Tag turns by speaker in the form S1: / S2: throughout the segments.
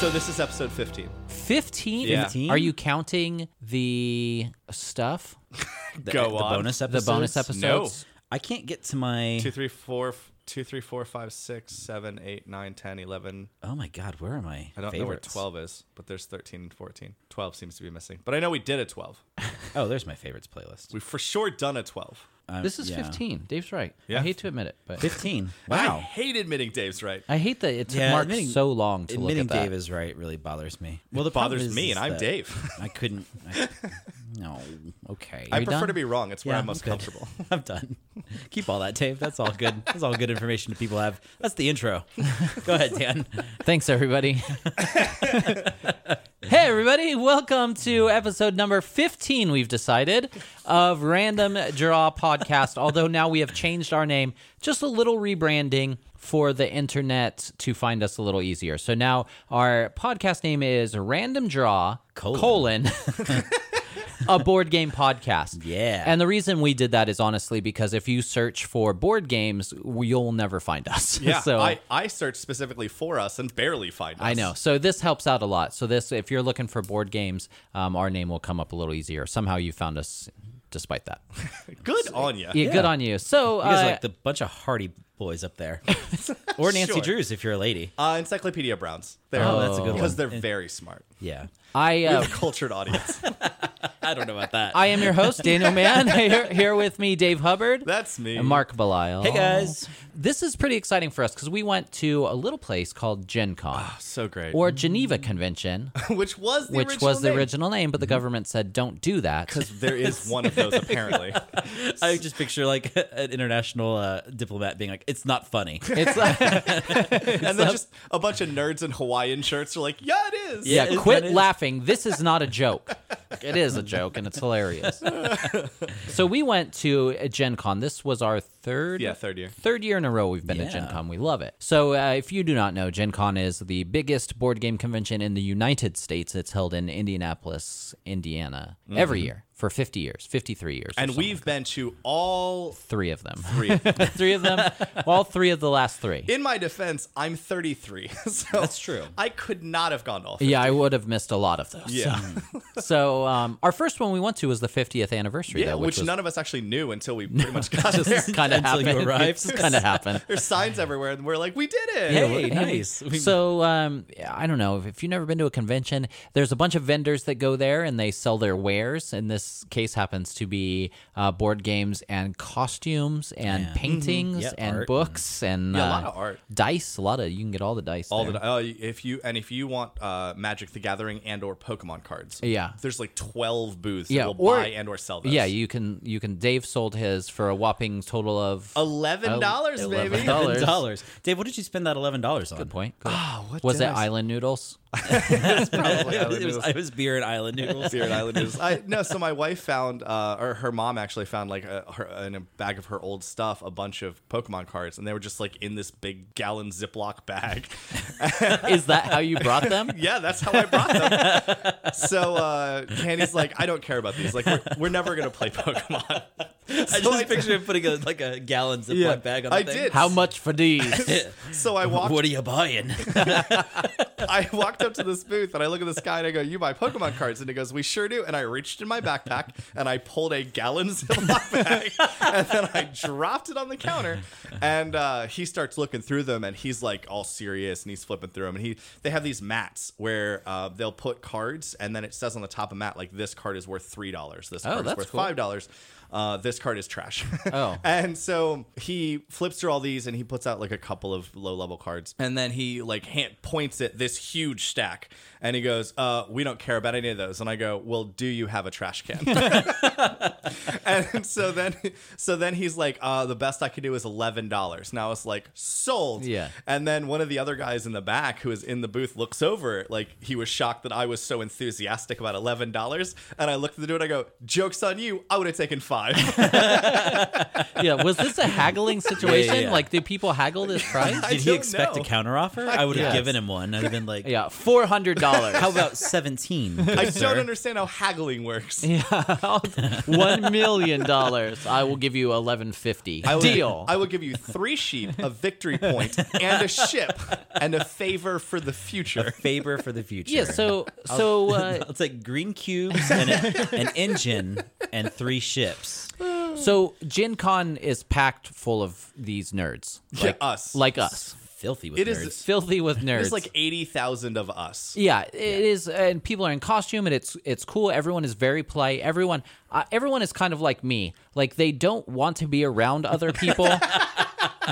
S1: So this is episode 15.
S2: 15?
S1: Yeah.
S3: 15?
S2: Are you counting the stuff?
S3: The,
S1: Go
S3: the
S1: on.
S3: bonus
S1: The
S2: The
S3: episodes.
S2: bonus episodes?
S3: I can't get to my.
S1: Two, three, four, f- two, three, four, five, six, seven, eight, nine, 10, 11.
S3: Oh my god, where am I?
S1: I don't
S3: Favorites.
S1: know where 12 is, but there's 13 and 14. 12 seems to be missing. But I know we did a 12.
S3: Oh, there's my favorites playlist.
S1: We've for sure done a 12.
S3: Um,
S2: This is
S3: yeah.
S2: 15. Dave's right.
S1: Yeah.
S2: I hate to admit it, but
S3: Fifteen.
S1: I
S3: Wow.
S1: hate admitting Dave's right.
S2: I hate that it took
S3: Yeah,
S2: Mark
S3: admitting-
S2: so long to look
S3: Admitting
S2: at that.
S3: Dave is right really bothers me.
S1: Well,
S3: Well, the
S1: it
S3: problem
S1: bothers
S3: is-
S1: me,
S3: is
S1: and I'm
S3: that
S1: Dave.
S3: I couldn't. I, no. Okay.
S1: I
S2: we
S1: prefer
S2: done?
S1: to be wrong. It's where
S3: Yeah,
S1: I'm most
S3: good.
S1: comfortable.
S3: I'm done. Keep all that, Dave. That's all good. That's all good information that people have. That's the intro. Go ahead, Dan.
S2: Thanks, everybody. hey, everybody. Welcome to episode number 15, we've decided, of Random Draw Podcast. Although now we have changed our name, just a little rebranding for the internet to find us a little easier. So now our podcast name is Random Draw
S3: Colon.
S2: colon a board game podcast.
S3: Yeah.
S2: And the reason we did that is honestly because if you search for board games, you'll never find us.
S1: Yeah,
S2: so
S1: I, I searched specifically for us and barely find us.
S2: I know. So this helps out a lot. So this, if you're looking for board games, um, our name will come up a little easier. Somehow you found us, despite that.
S1: Good on you.
S2: Yeah, good on you. So
S3: You guys are
S2: uh,
S3: like the bunch of hardy boys up there, or Nancy
S1: Sure.
S3: Drews if you're a lady.
S1: Uh, Encyclopedia Browns. They're,
S3: Oh, that's a good
S1: Because
S3: one.
S1: they're very smart.
S3: Yeah.
S2: I,
S1: We
S2: uh,
S1: have a cultured audience.
S3: I don't know about that.
S2: I am your host, Daniel Mann. here, here with me, Dave Hubbard.
S1: That's me.
S2: And Mark Belial.
S3: Hey, guys.
S2: This is pretty exciting for us because we went to a little place called Gen Con
S3: Ah,
S1: So great.
S3: mm.
S2: or Geneva Convention,
S1: which was the
S2: which
S1: original
S2: was the
S1: name.
S2: original name,
S3: Mm-hmm.
S2: but the government said don't do that.
S1: Because there is one of those apparently.
S3: I just picture like an international uh, diplomat being like, "It's not funny."
S2: It's like,
S1: and then just a bunch of nerds in Hawaiian shirts are like, yeah, it is.
S3: Yeah,
S2: yeah,
S3: it-
S2: quit
S3: that is-
S2: laughing. This is not a joke. It is a joke, and it's hilarious. so we went to uh, Gen Con. This was our third,
S1: Yeah, third year.
S2: third year in a row we've been to Gen
S3: Yeah.
S2: Con. We love it. So uh, if you do not know, Gen Con is the biggest board game convention in the United States. It's held in Indianapolis, Indiana, every year for 50 years, 53 years, or
S1: Mm-hmm. And
S2: something.
S1: we've been to all
S2: three of them,
S1: three. of them.
S2: three of them, all three of the last three.
S1: in my defense, I'm 33. So
S3: That's true.
S1: I could not have gone to all.
S2: yeah, I would have missed a lot of those.
S1: Yeah.
S2: So um, our first one we went to was the 50th anniversary.
S1: Yeah,
S2: though,
S1: which,
S2: which was
S1: none of us actually knew until we pretty much got there.
S2: just kind of
S3: Until you
S2: happened.
S3: arrived.
S2: kind of happened.
S1: There's signs everywhere, and we're like, we did it.
S3: Hey, nice. We-
S2: So um, I don't know if, if you've never been to a convention. There's a bunch of vendors that go there and they sell their wares. In this case, happens to be uh, board games and costumes and paintings
S3: Yeah,
S2: and
S3: art.
S2: books and
S1: Yeah, a
S2: uh,
S1: lot of art.
S2: dice. A lot of you can get all the dice.
S1: All
S2: there.
S1: the oh, if you and if you want uh, Magic the Gathering and or Pokemon cards,
S2: Yeah.
S1: there's like 12 booths
S2: Yeah,
S1: that will
S2: or-
S1: buy and or sell those.
S2: yeah, you can. You can. Dave sold his for a whopping total of
S1: eleven dollars, baby.
S2: $11.
S3: Eleven dollars, Dave. What did you spend that eleven dollars on?
S2: Good point.
S1: Ah, what
S2: was
S1: did
S2: it?
S1: I s-
S2: Island noodles.
S1: Probably
S3: It was,
S1: Island
S3: it was,
S1: Noodles.
S3: it was beer and island noodles.
S1: Beard Islanders. I no. So my wife found, uh, or her mom actually found, like a, her, in a bag of her old stuff, a bunch of Pokemon cards, and they were just like in this big gallon Ziploc bag.
S2: Is that how you brought them?
S1: yeah, that's how I brought them. so uh, Candy's like, I don't care about these. Like, we're, we're never gonna play Pokemon.
S3: I just picture him putting a, like a gallon Ziploc
S1: Yeah,
S3: bag on the
S1: I
S3: thing.
S1: did.
S2: How much for these?
S1: So I walked.
S3: What are you buying?
S1: I walked up to this booth and I look at this guy and I go, "You buy Pokemon cards?" And he goes, "We sure do." And I reached in my backpack and I pulled a gallon Ziploc bag and then I dropped it on the counter. And uh, he starts looking through them and he's like all serious and he's flipping through them. And he they have these mats where uh, they'll put cards and then it says on the top of mat like this card is worth three dollars. This
S2: Oh,
S1: card is
S2: that's
S1: worth
S2: cool.
S1: five dollars. Uh, this card is trash.
S2: Oh.
S1: And so he flips through all these and he puts out like a couple of low level cards. And then he like hand, points at this huge stack and he goes, uh, We don't care about any of those. And I go, Well, do you have a trash can? and so then so then he's like, uh, The best I could do is $11. Now it's like, Sold.
S2: Yeah.
S1: And then one of the other guys in the back who is in the booth looks over, like he was shocked that I was so enthusiastic about $11. And I looked at the dude and I go, Joke's on you. I would have taken five.
S2: yeah, was this a haggling situation?
S3: yeah.
S2: Like, do people haggle this price?
S1: I
S3: Did he
S1: don't
S3: expect
S1: know.
S3: a counteroffer? I would have
S2: guess.
S3: given him one. I'd have been like,
S2: Yeah, four hundred dollars.
S3: how about 17?
S1: I don't understand how haggling works.
S2: Yeah, one million dollars. I will give you eleven fifty.
S1: I will,
S2: Deal.
S1: I will give you three sheep, a victory point, and a ship, and a favor for the future.
S3: Favor for the future.
S2: yeah. So so uh,
S3: it's like green cubes and a, an engine and three ships.
S2: so Gen Con is packed full of these nerds
S1: Yeah, us.
S2: like us,
S3: Filthy with
S1: It is-
S3: nerds.
S2: filthy with nerds.
S1: There's like 80,000 of us.
S2: Yeah, it is, and people are in costume, and it's it's cool. Everyone is very polite. Everyone, uh, everyone is kind of like me. Like they don't want to be around other people,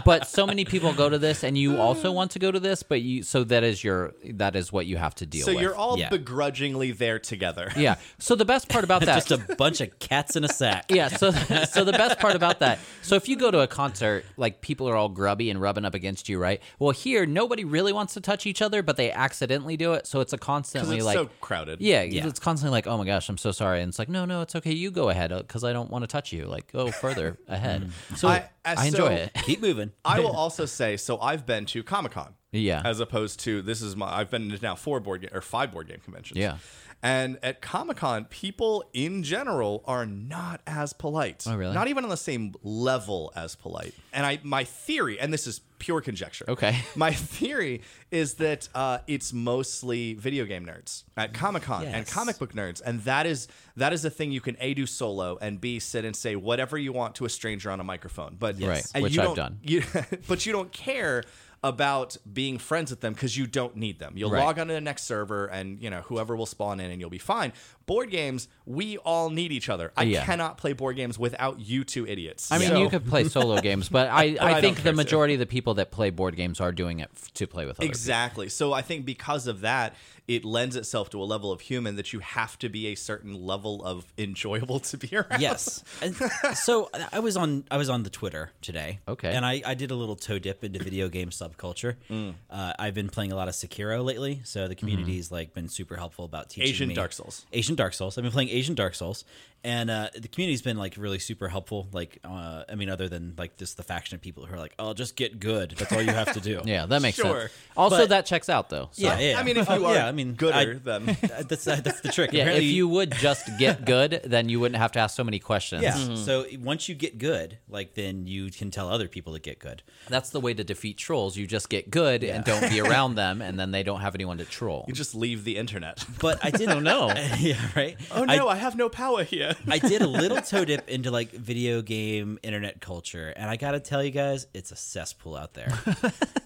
S2: but so many people go to this, and you also want to go to this, but you so that is your that is what you have to deal
S1: So
S2: with.
S1: you're all
S3: Yeah.
S1: begrudgingly there together.
S2: yeah. So the best part about that,
S3: Just a bunch of cats in a sack.
S2: yeah. So so the best part about that. So if you go to a concert, like people are all grubby and rubbing up against you, right? Well, here nobody really wants to touch each other, but they accidentally do it. So it's a constantly
S1: it's
S2: like
S1: so crowded.
S2: Yeah,
S3: Yeah.
S2: it's constantly like, "Oh my gosh, I'm so sorry," and it's like, "No, no, it's okay. You go ahead because I don't want to touch you. Like, go further ahead." So Mm. I,
S1: I- uh,
S2: enjoy
S1: so-
S2: it.
S3: Keep moving.
S1: I will also say so I've been to Comic Con.
S2: Yeah.
S1: As opposed to this is my I've been to now four board game or five board game conventions.
S2: Yeah.
S1: And at Comic Con, people in general are not as polite. Oh,
S2: really?
S1: Not even on the same level as polite. And I my theory, and this is pure conjecture.
S2: Okay.
S1: My theory is that uh, it's mostly video game nerds at Comic Con and
S3: Yes.
S1: comic book nerds, and that is that is a thing you can a do solo and b sit and say whatever you want to a stranger on a microphone. But
S2: Right,
S1: and
S2: which
S1: you
S2: I've
S1: don't-
S2: done.
S1: you, but you don't care about being friends with them because you don't need them. You'll
S2: Right.
S1: log on to the next server, and you know whoever will spawn in, and you'll be fine. Board games, we all need each other. I
S2: Yeah.
S1: cannot play board games without you two idiots.
S2: I mean,
S1: So-
S2: you could play solo games, but I, I,
S1: I don't
S2: think the
S1: care to.
S2: majority of the people that play board games are doing it f- to play with other
S1: Exactly. So I think because of that, it lends itself to a level of human that you have to be a certain level of enjoyable to be around.
S3: Yes. And so uh, I was on I was on the Twitter today.
S2: Okay.
S3: And I, I did a little toe dip into video game subculture.
S2: Mm.
S3: Uh, I've been playing a lot of Sekiro lately, so
S2: Mm-hmm.
S3: the community's like been super helpful about teaching
S1: Asian
S3: me-
S1: Dark Souls.
S3: Asian Dark Souls. I've been playing Asian Dark Souls, and uh, the community's been like really super helpful. Like, uh, I mean, other than like just the faction of people who are like, "Oh, just get good. That's all you have to do."
S2: people. Yeah, that makes
S1: Sure.
S2: sense. Also,
S3: But-
S2: that checks out though. So,
S3: yeah, yeah.
S1: I mean, if you
S3: Oh,
S1: are
S3: yeah, I mean,
S1: gooder,
S3: I-
S1: then
S3: Uh, that's that's the trick.
S2: yeah. If
S3: Apparently-
S2: you would just get good, then you wouldn't have to ask so many questions.
S3: yeah. So once you get good, like then you can tell other people to get good.
S2: That's the way to defeat trolls. You just get good and don't be around them, and then they don't have anyone to troll.
S1: you just leave the internet.
S3: But I
S2: Oh,
S3: didn't know. yeah, right.
S1: Oh no, I, have no power here.
S3: I did a little toe dip into like video game internet culture, and I gotta tell you guys, it's a cesspool out there.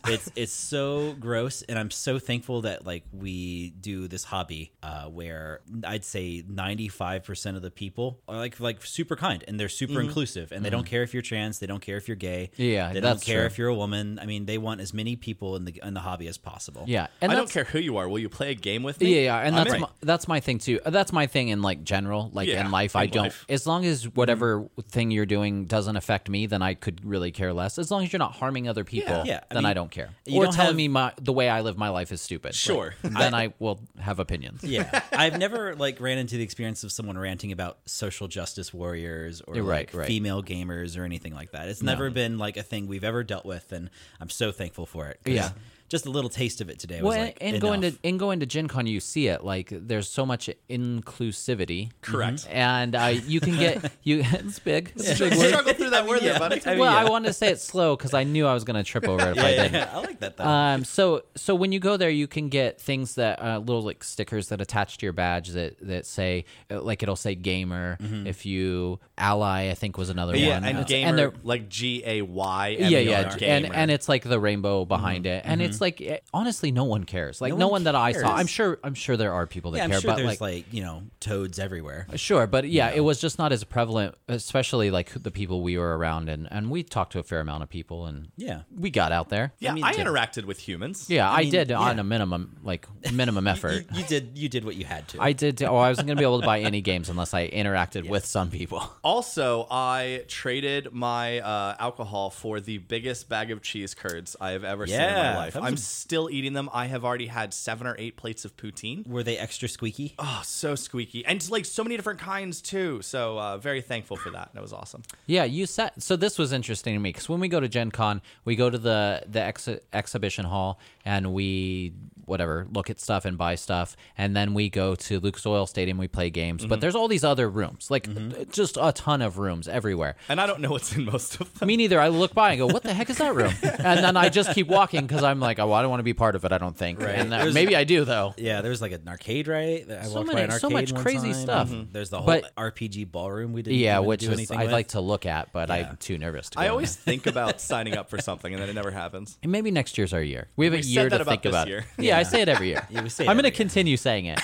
S3: it's it's so gross, and I'm so thankful that like we do this hobby uh, where I'd say 95 percent of the people are like like super kind and they're super inclusive, and they don't care if you're trans, they don't care if you're gay,
S2: Mm-hmm. Yeah,
S3: they
S2: that's
S3: don't care
S2: true.
S3: if you're a woman. I mean, they want as many people in the in the hobby as possible.
S2: Yeah, and
S1: I don't
S2: that's,
S1: care who you are. Will you play a game with me?
S2: Yeah, yeah, and
S1: I'm
S2: that's
S1: in.
S2: my, that's my thing too. Uh, That's my thing in like general, like
S1: Yeah,
S2: in life. I
S1: in
S2: don't.
S1: life.
S2: As long as whatever
S3: Mm-hmm.
S2: thing you're doing doesn't affect me, then I could really care less. As long as you're not harming other people,
S3: Yeah, I
S2: then I
S3: mean,
S2: don't care.
S3: you
S2: Or
S3: don't
S2: telling
S3: have-
S2: me my the way I live my life is stupid.
S1: Sure.
S2: Like, then I, will have opinions.
S3: yeah i've never like ran into the experience of someone ranting about social justice warriors or
S2: Right,
S3: like,
S2: right.
S3: female gamers or anything like that it's never been like a thing we've ever dealt with and i'm so thankful for it 'cause
S2: Yeah.
S3: just a little taste of it today was
S2: Well,
S3: like
S2: and
S3: enough.
S2: going to and going to Gen Con, you see it like there's so much inclusivity,
S1: Correct.
S2: and uh, you can get you. It's big. It's a big
S1: You
S2: word.
S1: struggle through that word there, buddy.
S2: well, I wanted to say it slow because I knew I was going to trip over it if I
S3: yeah,
S2: did.
S3: yeah, i like that though
S2: Um, so so when you go there, you can get things that uh, little like stickers that attach to your badge that that say uh, like it'll say gamer
S3: Mm-hmm.
S2: if you ally. I think was another
S1: yeah,
S2: one.
S1: and
S2: Uh,
S1: gamer
S2: they're-
S1: like G A Y. E
S3: E
S2: yeah, yeah, and and it's like the rainbow behind it, and it's like eh, honestly, no one cares. Like no,
S3: Mm-hmm. No
S2: one,
S3: one
S2: that I saw.
S3: cares.
S2: I'm sure. I'm sure there are people that
S3: yeah i'm
S2: care,
S3: sure
S2: but
S3: there's
S2: like,
S3: like, you know toads everywhere
S2: Sure, but yeah, it was just not as prevalent, especially like the people we were around, and and we talked to a fair amount of people, and
S3: yeah
S2: we got out there.
S1: yeah. I,
S3: I mean, to-
S1: interacted with humans.
S2: yeah, I,
S3: mean,
S2: did on
S3: yeah.
S2: a minimum like minimum
S3: you,
S2: effort.
S3: you did you did what you had to
S2: I did. Oh, I wasn't gonna be able to buy any games unless I interacted with some people.
S1: Also, I traded my uh, alcohol for the biggest bag of cheese curds I have ever seen in
S3: Yeah,
S1: my life.
S3: that was
S1: I'm
S3: a-
S1: still eating them. I have already had seven or eight plates of poutine.
S3: Were they extra squeaky?
S1: Oh, so squeaky. And it's, like so many different kinds, too. So, uh, very thankful for that. That was awesome.
S2: Yeah, you sat. So this was interesting to me because when we go to Gen Con, we go to the the ex- exhibition hall and we whatever look at stuff and buy stuff, and then we go to Lucas Oil Stadium. We play games,
S3: Mm-hmm.
S2: but there's all these other rooms, like just a ton of rooms everywhere.
S1: And I don't know what's in most of them.
S2: Me neither. I look by and go, "What the heck is that room?" And then I just keep walking because I'm like, "Oh, I don't want to be part of it." I don't think. And that-
S3: There's-
S2: maybe I do though.
S3: Yeah, there was like an arcade, right? I
S2: So
S3: walked by
S2: many-
S3: an arcade
S2: so much one crazy
S3: time. Mm-hmm.
S2: stuff.
S3: There's the whole
S2: But-
S3: RPG ballroom we didn't.
S2: Yeah,
S3: even
S2: which
S3: do
S2: is
S3: anything
S2: I'd
S3: with.
S2: like to look at, but
S3: Yeah.
S2: I'm too nervous. To go
S1: I
S2: in
S1: always think about signing up for something and then it never happens.
S2: And Maybe next year's our year. We have a
S1: said
S2: year
S1: that
S2: to
S1: about
S2: think
S1: this
S2: about. it.
S1: year.
S2: Yeah, I say it every year.
S3: Yeah, we say it
S2: I'm going to
S3: every year.
S2: continue saying it,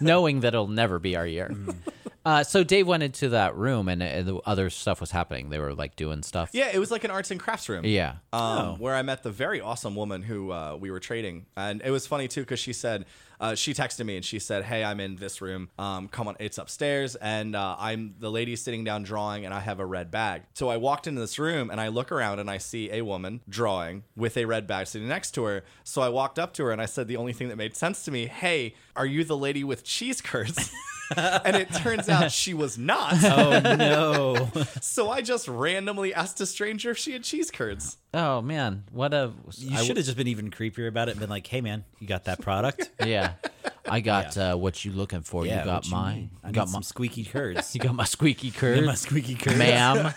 S2: knowing that it'll never be our year.
S3: Mm.
S2: Uh, so Dave went into that room, and uh, the other stuff was happening. They were like doing stuff.
S1: Yeah, it was like an arts and crafts room.
S2: Yeah.
S1: um,
S3: Oh.
S1: where I met the very awesome woman who uh, we were trading, and it was funny too because she said uh, she texted me and she said, "Hey, I'm in this room. Um, come on, it's upstairs, and uh, I'm the lady sitting down drawing, and I have a red bag." So I walked into this room and I look around and I see a woman drawing with a red bag sitting next to her. So I walked up to her and I said the only thing that made sense to me, "Hey, are you the lady with cheese curds?" and it turns out she was not.
S3: Oh no!
S1: So I just randomly asked a stranger if she had cheese curds.
S2: Oh man, what a
S3: You should have just been even creepier about it and been like, "Hey, man, you got that product?
S2: yeah. I got uh, what you looking for. you
S3: what
S2: got mine.
S3: need? I
S2: You got
S3: need
S2: my.
S3: some squeaky curds.
S2: You got my squeaky
S3: I got my
S2: curds,
S3: squeaky curds,
S2: ma'am.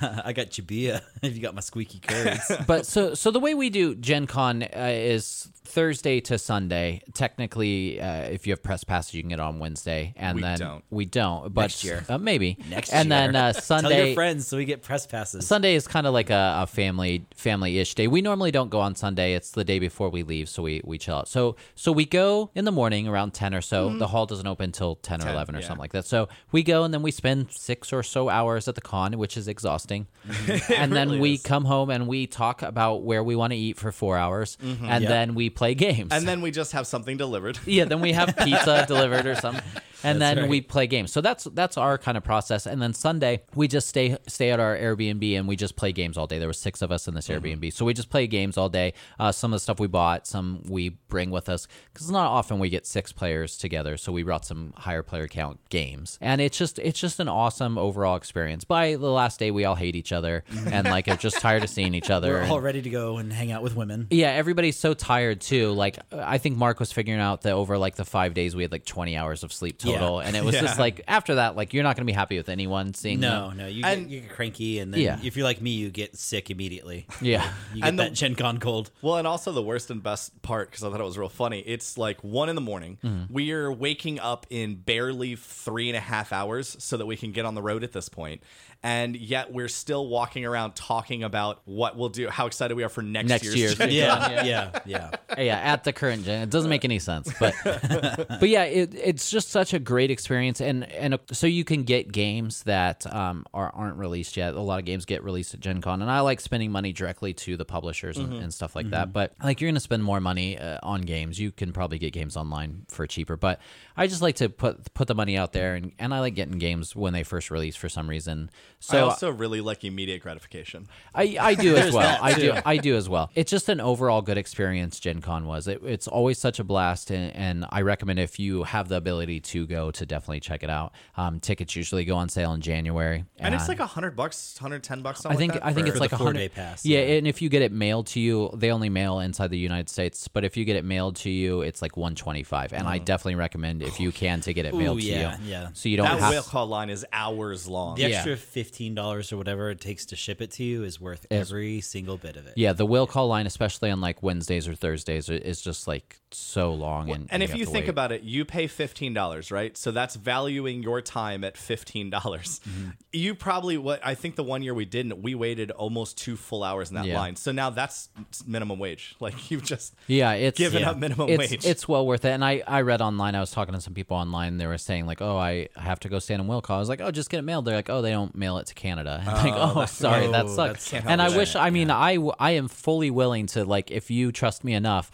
S3: I got Chibia. If you got my squeaky curds,
S2: but so so the way we do Gen Con uh, is Thursday to Sunday. Technically, uh, if you have press passes, you can get on Wednesday, and
S1: We
S2: then
S1: don't.
S2: we don't. But
S3: Next year.
S2: uh, maybe
S3: Next
S2: and
S3: year.
S2: then uh,
S3: tell
S2: Sunday.
S3: your friends so we get press passes.
S2: Sunday is kind of like a, a family family ish day. We normally don't go on Sunday. It's the day before we leave, so we, we chill out. So so we go in the morning around ten or so. The hall doesn't open till ten or
S1: 10,
S2: eleven or
S1: yeah.
S2: something like that. So we go and then we spend six or so hours at the con, which is exhausting. and then
S1: Mm-hmm. really
S2: we
S1: is.
S2: come home and we talk about where we want to eat for four hours,
S1: Mm-hmm.
S2: and
S3: Yep.
S2: then we play games.
S1: And then we just have something delivered.
S2: Yeah, then we have pizza delivered or something. And
S3: That's
S2: then
S3: right.
S2: we play games. So that's that's our kind of process. And then Sunday we just stay stay at our Airbnb and we just play games all day. There were six of us in this
S3: Mm-hmm.
S2: Airbnb, so we just play games all day. Uh, some of the stuff we bought, some we bring with us because not often we get six players together. So we brought some higher player count games, and it's just it's just an awesome overall experience. By the last day, we all hate each other and like are just tired of seeing each other.
S3: We're
S2: and-
S3: all ready to go and hang out with women.
S2: yeah, everybody's so tired too. Like I think Mark was figuring out that over like the five days we had like twenty hours of sleep total,
S3: Yeah.
S2: and it was just
S1: Yeah.
S2: like after that, like you're not gonna be happy with anyone seeing.
S3: No,
S2: them.
S3: no, you
S1: And-
S3: get, you get cranky, and then
S2: Yeah.
S3: if you're like me, you get sick immediately.
S2: Yeah.
S3: You get
S1: And the-
S3: that Gen Con cold.
S1: Well, and also the worst and best part, because I thought it was real funny. It's like one in the morning.
S2: Mm-hmm.
S1: We're waking up in barely three and a half hours so that we can get on the road at this point. And yet we're still walking around talking about what we'll do, how excited we are for next,
S2: Next
S1: year's.
S2: year's.
S1: thing.
S3: Yeah, yeah, yeah.
S2: yeah, at the current gen, it doesn't make any sense. But but yeah, it, it's just such a great experience, and and so you can get games that um, are aren't released yet. A lot of games get released at Gen Con, and I like spending money directly to the publishers and,
S1: Mm-hmm.
S2: and stuff like that. But like you're gonna spend more money uh, on games, you can probably get games online for cheaper. But I just like to put put the money out there, and and I like getting games when they first release for some reason. So
S1: I also really like immediate gratification.
S2: I, I do as well. I do I do as well. It's just an overall good experience. Gen Con was. It, it's always such a blast, and, and I recommend if you have the ability to go to definitely check it out. Um, tickets usually go on sale in January,
S1: And it's like a hundred bucks, hundred ten bucks.
S2: I
S1: Something
S2: think
S1: like that
S2: I think
S1: for-
S2: it's like
S3: the
S2: a hundred
S3: four-day pass,
S2: Yeah,
S3: yeah.
S2: and if you get it mailed to you, they only mail inside the United States. But if you get it mailed to you, it's like one twenty five. And
S1: Mm.
S2: I definitely recommend if you can to get it mailed
S3: yeah,
S2: to you.
S3: yeah.
S2: So you don't
S1: that
S2: have
S1: will call line is hours long.
S3: The
S2: Yeah.
S3: extra fifteen dollars or whatever it takes to ship it to you is worth every single bit of it.
S2: Yeah, the will call line, especially on like Wednesdays or Thursdays, i- is just like so long. And,
S1: And if
S2: have
S1: you
S2: to
S1: think
S2: wait.
S1: about it, you pay $15, right? So that's valuing your time at $15. dollars
S2: Mm-hmm.
S1: You probably what I think the one year we didn't, we waited almost 2 full hours in that
S2: Yeah.
S1: line. So now that's minimum wage. Like you've just
S2: yeah, it's
S1: given
S2: yeah.
S1: up minimum
S2: it's,
S1: wage.
S2: It's well worth it. And I, I read online, I was talking to some people online, they were saying like, oh, I have to go stand in will call. I was like, oh, just get it mailed. They're like, oh, they don't mail it to Canada. And like, oh, sorry, that
S3: oh,
S2: sucks.
S3: that's
S2: and I
S3: unfortunate.
S2: wish, I mean, I, w- I am fully willing to, like, if you trust me enough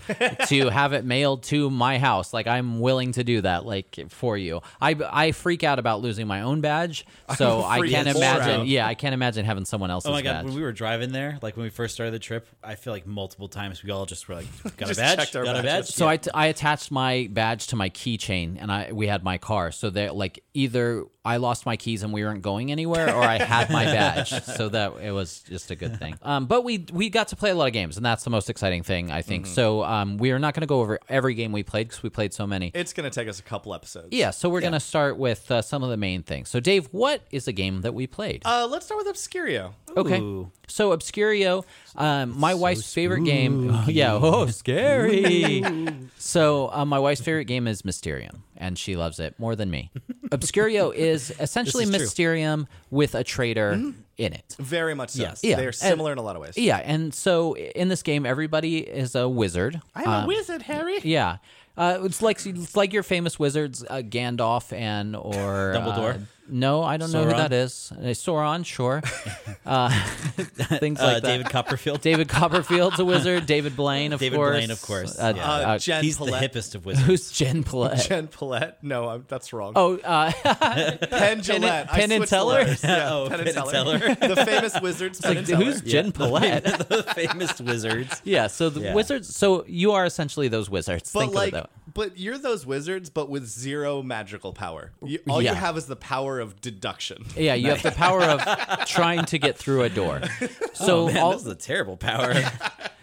S2: to have it mailed to my house, like, I'm willing to do that, like, for you. I, I freak out about losing my own badge. So I
S1: freak
S2: can't
S1: out.
S2: imagine, yeah, I can't imagine having someone else's
S3: Oh my god!
S2: badge.
S3: When we were driving there, like when we first started the trip, I feel like multiple times we all just were like, "Got a
S1: Just
S3: badge?
S1: checked our
S3: Got a badge?"
S1: badges.
S2: So I, t- I attached my badge to my keychain and I we had my car. So that like either I lost my keys and we weren't going anywhere, or I had my badge. So that it was just a good thing. Um, but we we got to play a lot of games, and that's the most exciting thing I think. So um, we are not going to go over every game we played because we played so many.
S1: It's going to take us a couple episodes.
S2: yeah, so we're going to start with uh, some of the main things. So Dave, what is a game that we played?
S1: Uh, let's start with Obscurio.
S2: Okay.
S3: Ooh.
S2: So Obscurio, um, my wife's favorite game. yeah. Oh, scary. so uh, my wife's favorite game is Mysterium, and she loves it more than me. Obscurio is essentially
S3: This is true. Mm-hmm.
S2: Mysterium with a traitor in it.
S1: Very much so.
S3: Yes.
S2: Yeah.
S1: They are similar in a lot of ways.
S2: Yeah, and so in this game, everybody is a wizard.
S1: I'm a wizard, Harry.
S2: um, Yeah. Uh, it's like it's like your famous wizards, uh, Gandalf and or
S3: Dumbledore?
S2: uh, no, I don't know who
S3: Sauron?
S2: that is. Uh, Sauron, sure. uh, things like
S3: uh,
S2: that.
S3: David Copperfield.
S2: David Copperfield's a wizard. David Blaine, of
S3: David
S2: course.
S3: Blaine, of course.
S2: Uh,
S3: Yeah.
S1: Uh,
S2: uh,
S1: Jen
S3: He's
S1: Pillette.
S3: the hippest of wizards.
S2: who's Jen Pillette?
S1: Jen Pillette. No, I'm, that's wrong.
S2: oh, uh,
S1: Penn Gillette. I
S2: Penn and
S1: switched
S2: Teller?
S1: letters. Yeah,
S3: Oh,
S1: Penn and
S3: Penn and
S1: Teller. the famous wizards. Penn
S2: like,
S1: and
S2: who's
S1: Teller.
S2: Jen Pillette?
S3: the famous wizards.
S2: yeah. So the
S3: Yeah.
S2: wizards. So you are essentially those wizards.
S1: But
S2: Think
S1: like,
S2: of it
S1: but you're those wizards, but with zero magical power. You, all
S2: Yeah.
S1: you have is the power of deduction.
S2: that way. Yeah, you have the power of trying to get through a door. So
S3: Oh, man,
S2: all,
S3: this is a terrible power.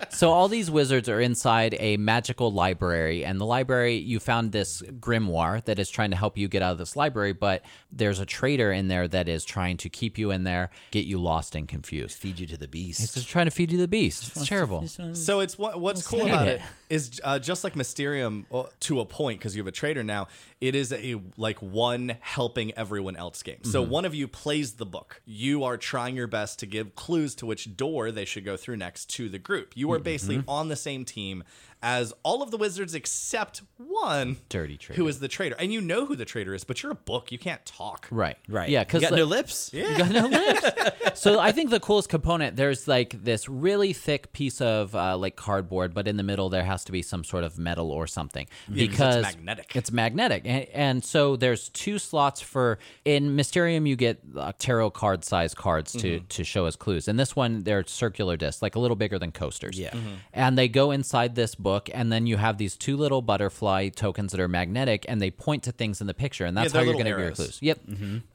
S2: So all these wizards are inside a magical library, and the library you found this grimoire that is trying to help you get out of this library, but there's a traitor in there that is trying to keep you in there, get you lost and confused.
S3: Feed you to the
S2: It's
S3: beast.
S2: just trying to feed you the beast. It's terrible.
S1: So it's what what's cool
S2: hate
S1: about
S2: it.
S1: it is uh, just like Mysterium uh, to a point because you have a trader now. It is a like one helping everyone else game. So
S2: Mm-hmm.
S1: one of you plays the book. You are trying your best to give clues to which door they should go through next to the group. You are basically
S2: Mm-hmm.
S1: on the same team as all of the wizards except one
S2: Dirty traitor.
S1: who is the traitor, and you know who the traitor is, but you're a book. You can't talk.
S2: Right.
S3: Right.
S2: Yeah. Because
S3: You got no lips. Yeah.
S2: You got no lips. so I think the coolest component there's like this really thick piece of uh, like cardboard, but in the middle there has to be some sort of metal or something because
S1: magnetic.
S2: It's magnetic, and, and so there's two slots for in Mysterium you get uh, tarot card size cards to
S3: Mm-hmm.
S2: to show as clues, and this one they're circular discs, like a little bigger than coasters.
S3: Yeah. Mhm.
S2: and they go inside this book, and then you have these two little butterfly tokens that are magnetic, and they point to things in the picture, and that's
S1: they're
S2: how you're
S1: little
S2: going to get your
S1: arrows.
S2: clues. Yep.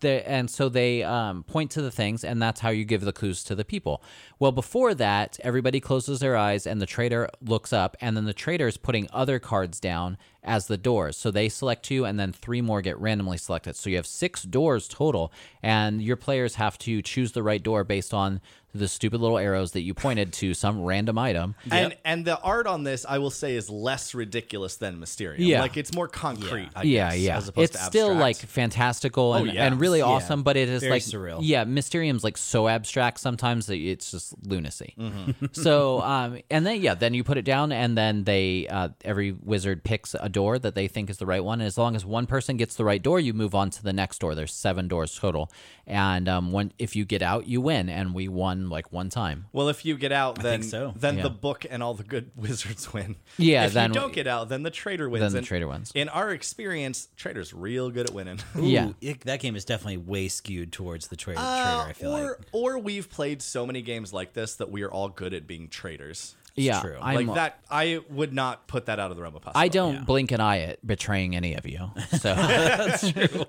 S2: They- and so they um, point to the things, and that's how you give the clues to the people. Well, before that, everybody closes their eyes, and the trader looks up, and then the trader is putting other cards down as the doors. So they select two, and then three more get randomly selected. So you have six doors total, and your players have to choose the right door based on the stupid little arrows that you pointed to some random item.
S1: And and the art on this, I will say, is less ridiculous than Mysterium.
S2: Yeah.
S1: like it's more concrete. I
S2: yeah,
S1: guess,
S2: yeah.
S1: As opposed
S2: it's
S1: to
S2: still
S1: abstract. Oh,
S2: like fantastical and,
S1: yeah.
S2: and really awesome, but it is
S3: Very
S2: like
S3: surreal.
S2: Yeah, Mysterium's like so abstract sometimes that it's just lunacy.
S1: Mm-hmm.
S2: so, um, and then yeah, then you put it down, and then they uh, every wizard picks a door that they think is the right one, and as long as one person gets the right door, you move on to the next door. There's seven doors total, and um, when if you get out, you win, and we won like one time.
S1: Well, if you get out, then
S3: think so.
S1: then
S2: Yeah.
S1: the book and all the good wizards win.
S2: Yeah,
S1: If
S2: then-
S1: you don't get out, then the traitor wins.
S2: the
S1: and
S2: traitor wins.
S1: In our experience, traitors real good at winning.
S2: Yeah.
S3: that game is definitely way skewed towards the traitor.
S1: Uh,
S3: traitor I feel
S1: or
S3: like.
S1: or we've played so many games like this that we are all good at being traitors.
S2: yeah,
S3: true.
S2: I'm
S1: like that, I would not put that out of the realm of
S2: I
S1: possibility.
S2: don't blink an eye at betraying any of you. So.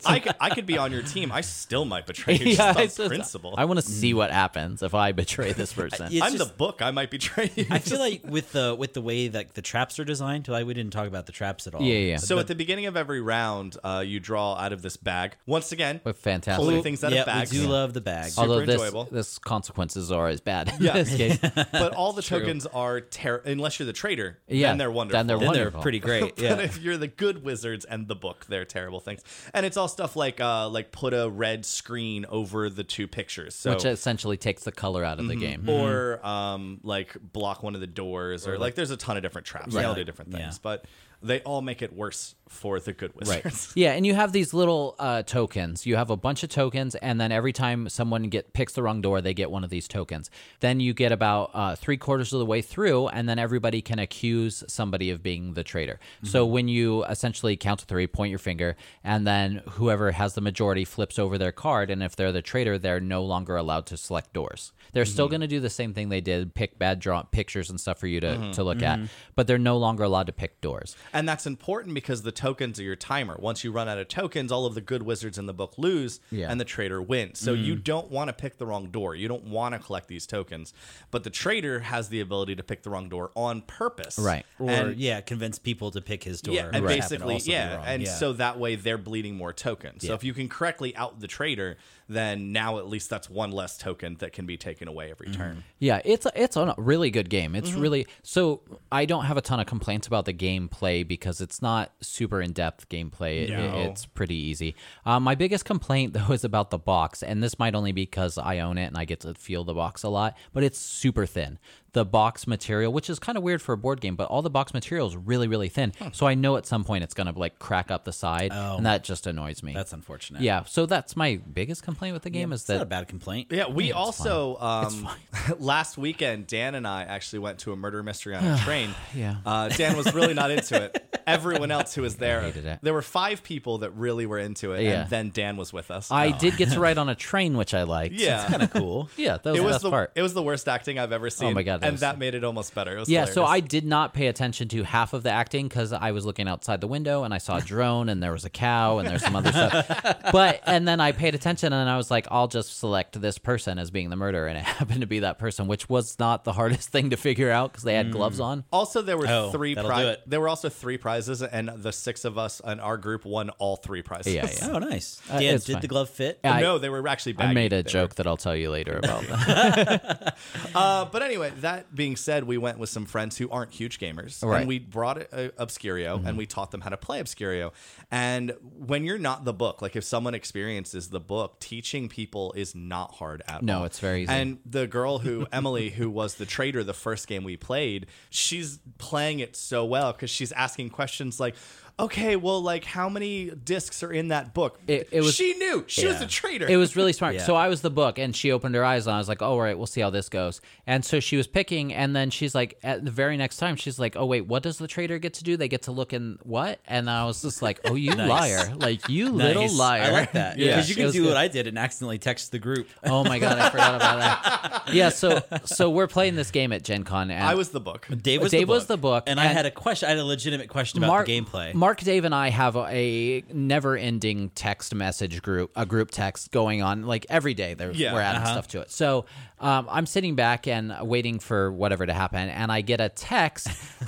S1: I, could, I could be on your team. I still might betray you
S2: Yeah,
S1: just
S2: it's
S1: on
S2: just- uh,
S1: principle. Mm.
S2: I want to see what happens if I betray this person.
S3: Yeah. it's
S1: I'm
S3: just-
S1: the book. I might betray you.
S3: I feel like with the with the way that the traps are designed, like we didn't talk about the traps at all.
S2: Yeah, yeah.
S1: So at the beginning of every round, uh, you draw out of this bag. Once again,
S2: But fantastic.
S1: pulling things out
S3: yeah,
S1: of bags.
S3: we do love the bag.
S1: Although-
S2: Although this,
S1: enjoyable.
S2: this consequences are as bad in
S1: Yeah.
S2: this case.
S1: but all the tokens are are ter- unless you're the traitor.
S2: Yeah,
S1: then they're wonderful.
S2: then they're
S3: Then they're
S2: Wonderful.
S3: pretty great.
S1: But
S3: Yeah.
S1: if you're the good wizards and the book, they're terrible things. And it's all stuff like uh like put a red screen over the two pictures. So Mm-hmm.
S2: which Mm-hmm. essentially takes the color out of the game.
S1: or um like block one of the doors or, like, there's a ton of different traps. They all
S3: like-
S1: do different
S3: yeah.
S1: things. But they all make it worse for the good wizards.
S2: Right. Yeah, and you have these little uh, tokens. You have a bunch of tokens, and then every time someone get picks the wrong door, they get one of these tokens. Then you get about uh, three quarters of the way through, and then everybody can accuse somebody of being the traitor. So when you essentially count to three, point your finger, and then whoever has the majority flips over their card, and if they're the traitor, they're no longer allowed to select doors. They're still going to do the same thing they did, pick bad draw pictures and stuff for you to, to look at, but they're no longer allowed to pick doors.
S1: And that's important because the tokens are your timer. Once you run out of tokens, all of the good wizards in the book lose
S2: Yeah. Mm.
S1: and the traitor wins. So you don't want to pick the wrong door. You don't want to collect these tokens. But the traitor has the ability to pick the wrong door on purpose.
S2: Right.
S3: Or
S1: and,
S3: yeah, convince people to pick his door.
S1: yeah, and
S3: which happened to
S1: basically,
S3: also be
S1: yeah.
S3: wrong.
S1: And
S3: Yeah.
S1: so that way they're bleeding more tokens. So
S3: Yeah.
S1: if you can correctly out the traitor, then now at least that's one less token that can be taken away every turn.
S2: Yeah, it's a, it's a really good game.
S3: Mm-hmm.
S2: It's really so I don't have a ton of complaints about the gameplay because it's not super in depth gameplay. It- it-
S1: No.
S2: it's pretty easy. Um, my biggest complaint though is about the box, and this might only be because I own it and I get to feel the box a lot. But it's super thin. The box material, which is kind of weird for a board game, but all the box material is really really thin. So I know at some point it's gonna like crack up the side, and that just annoys me.
S3: Oh. That's unfortunate.
S2: yeah, so that's my biggest complaint with the game is
S3: It's not a
S2: that
S3: bad complaint.
S1: Yeah, we also um, last weekend Dan and I actually went to a murder mystery on a train.
S2: Yeah.
S1: uh, Dan was really not into it. Everyone else who was there,
S2: hated it.
S1: there were five people that really were into it,
S2: Yeah.
S1: and then Dan was with us.
S2: I did get to ride on a train, which I liked.
S1: yeah,
S3: Kind of cool.
S2: Yeah, that was
S1: it
S2: the
S1: was
S2: best
S1: the
S2: part. Oh
S1: it was the worst acting I've ever seen.
S2: my God, that
S1: and
S2: was-
S1: that made it almost better. It was
S2: yeah, so I
S1: hilarious.
S2: did not pay attention to half of the acting because I was looking outside the window and I saw a drone and there was a cow and there's some other stuff. But and then I paid attention and I was like, I'll just select this person as being the murderer, and it happened to be that person, which was not the hardest thing to figure out because they had gloves
S1: Mm.
S2: on.
S1: Also, there were
S3: Oh,
S1: three.
S3: that'll do
S1: Pri-
S3: it.
S1: there were also three prizes, and the six of us in our group won all three prizes.
S2: Yeah, yeah.
S3: Oh, nice. Dan,
S2: Uh, it's
S3: did
S2: fine.
S3: the glove fit?
S2: I-
S1: no, they were actually. Baggy.
S2: I made
S1: They
S2: a
S1: were-
S2: joke that I'll tell you later about that.
S1: Uh, but anyway, that being said, we went with some friends who aren't huge gamers,
S2: Right. Mm-hmm.
S1: and we brought uh, Obscurio and we taught them how to play Obscurio. And when you're not the book, like if someone experiences the book, teaching people is not hard at all.
S2: No, it's very easy.
S1: And the girl who Emily, who was the trader the first game we played, she's playing it so well because she's asking questions like. Okay, well, like, how many discs are in that book?
S2: It- it was-
S1: she knew she was
S3: Yeah.
S1: a traitor.
S2: It was really smart.
S3: Yeah.
S2: So I was the book, and she opened her eyes, and I was like, "Oh, all right, we'll see how this goes." And so she was picking, and then she's like, at the very next time, she's like, "Oh wait, what does the trader get to do? They get to look in what?" And I was just like, "Oh, you liar! Like you little
S3: Nice.
S2: liar!"
S3: I like that.
S2: Yeah.
S3: Because you
S2: It
S3: can
S2: was
S3: do
S2: good.
S3: what I did and accidentally text the group.
S2: Oh my god, I forgot about that. Yeah. So so we're playing this game at Gen Con, and
S1: I was the book.
S3: Dave was,
S2: Dave
S3: the, book,
S2: was the book,
S3: and, I
S2: and-
S3: had a question. I had a legitimate question about the gameplay.
S2: Mark, Dave, and I have a, a never-ending text message group, a group text going on like every day. There,
S1: Yeah,
S2: we're adding
S3: uh-huh.
S2: stuff to it. So um, I'm sitting back and waiting for whatever to happen, and I get a text,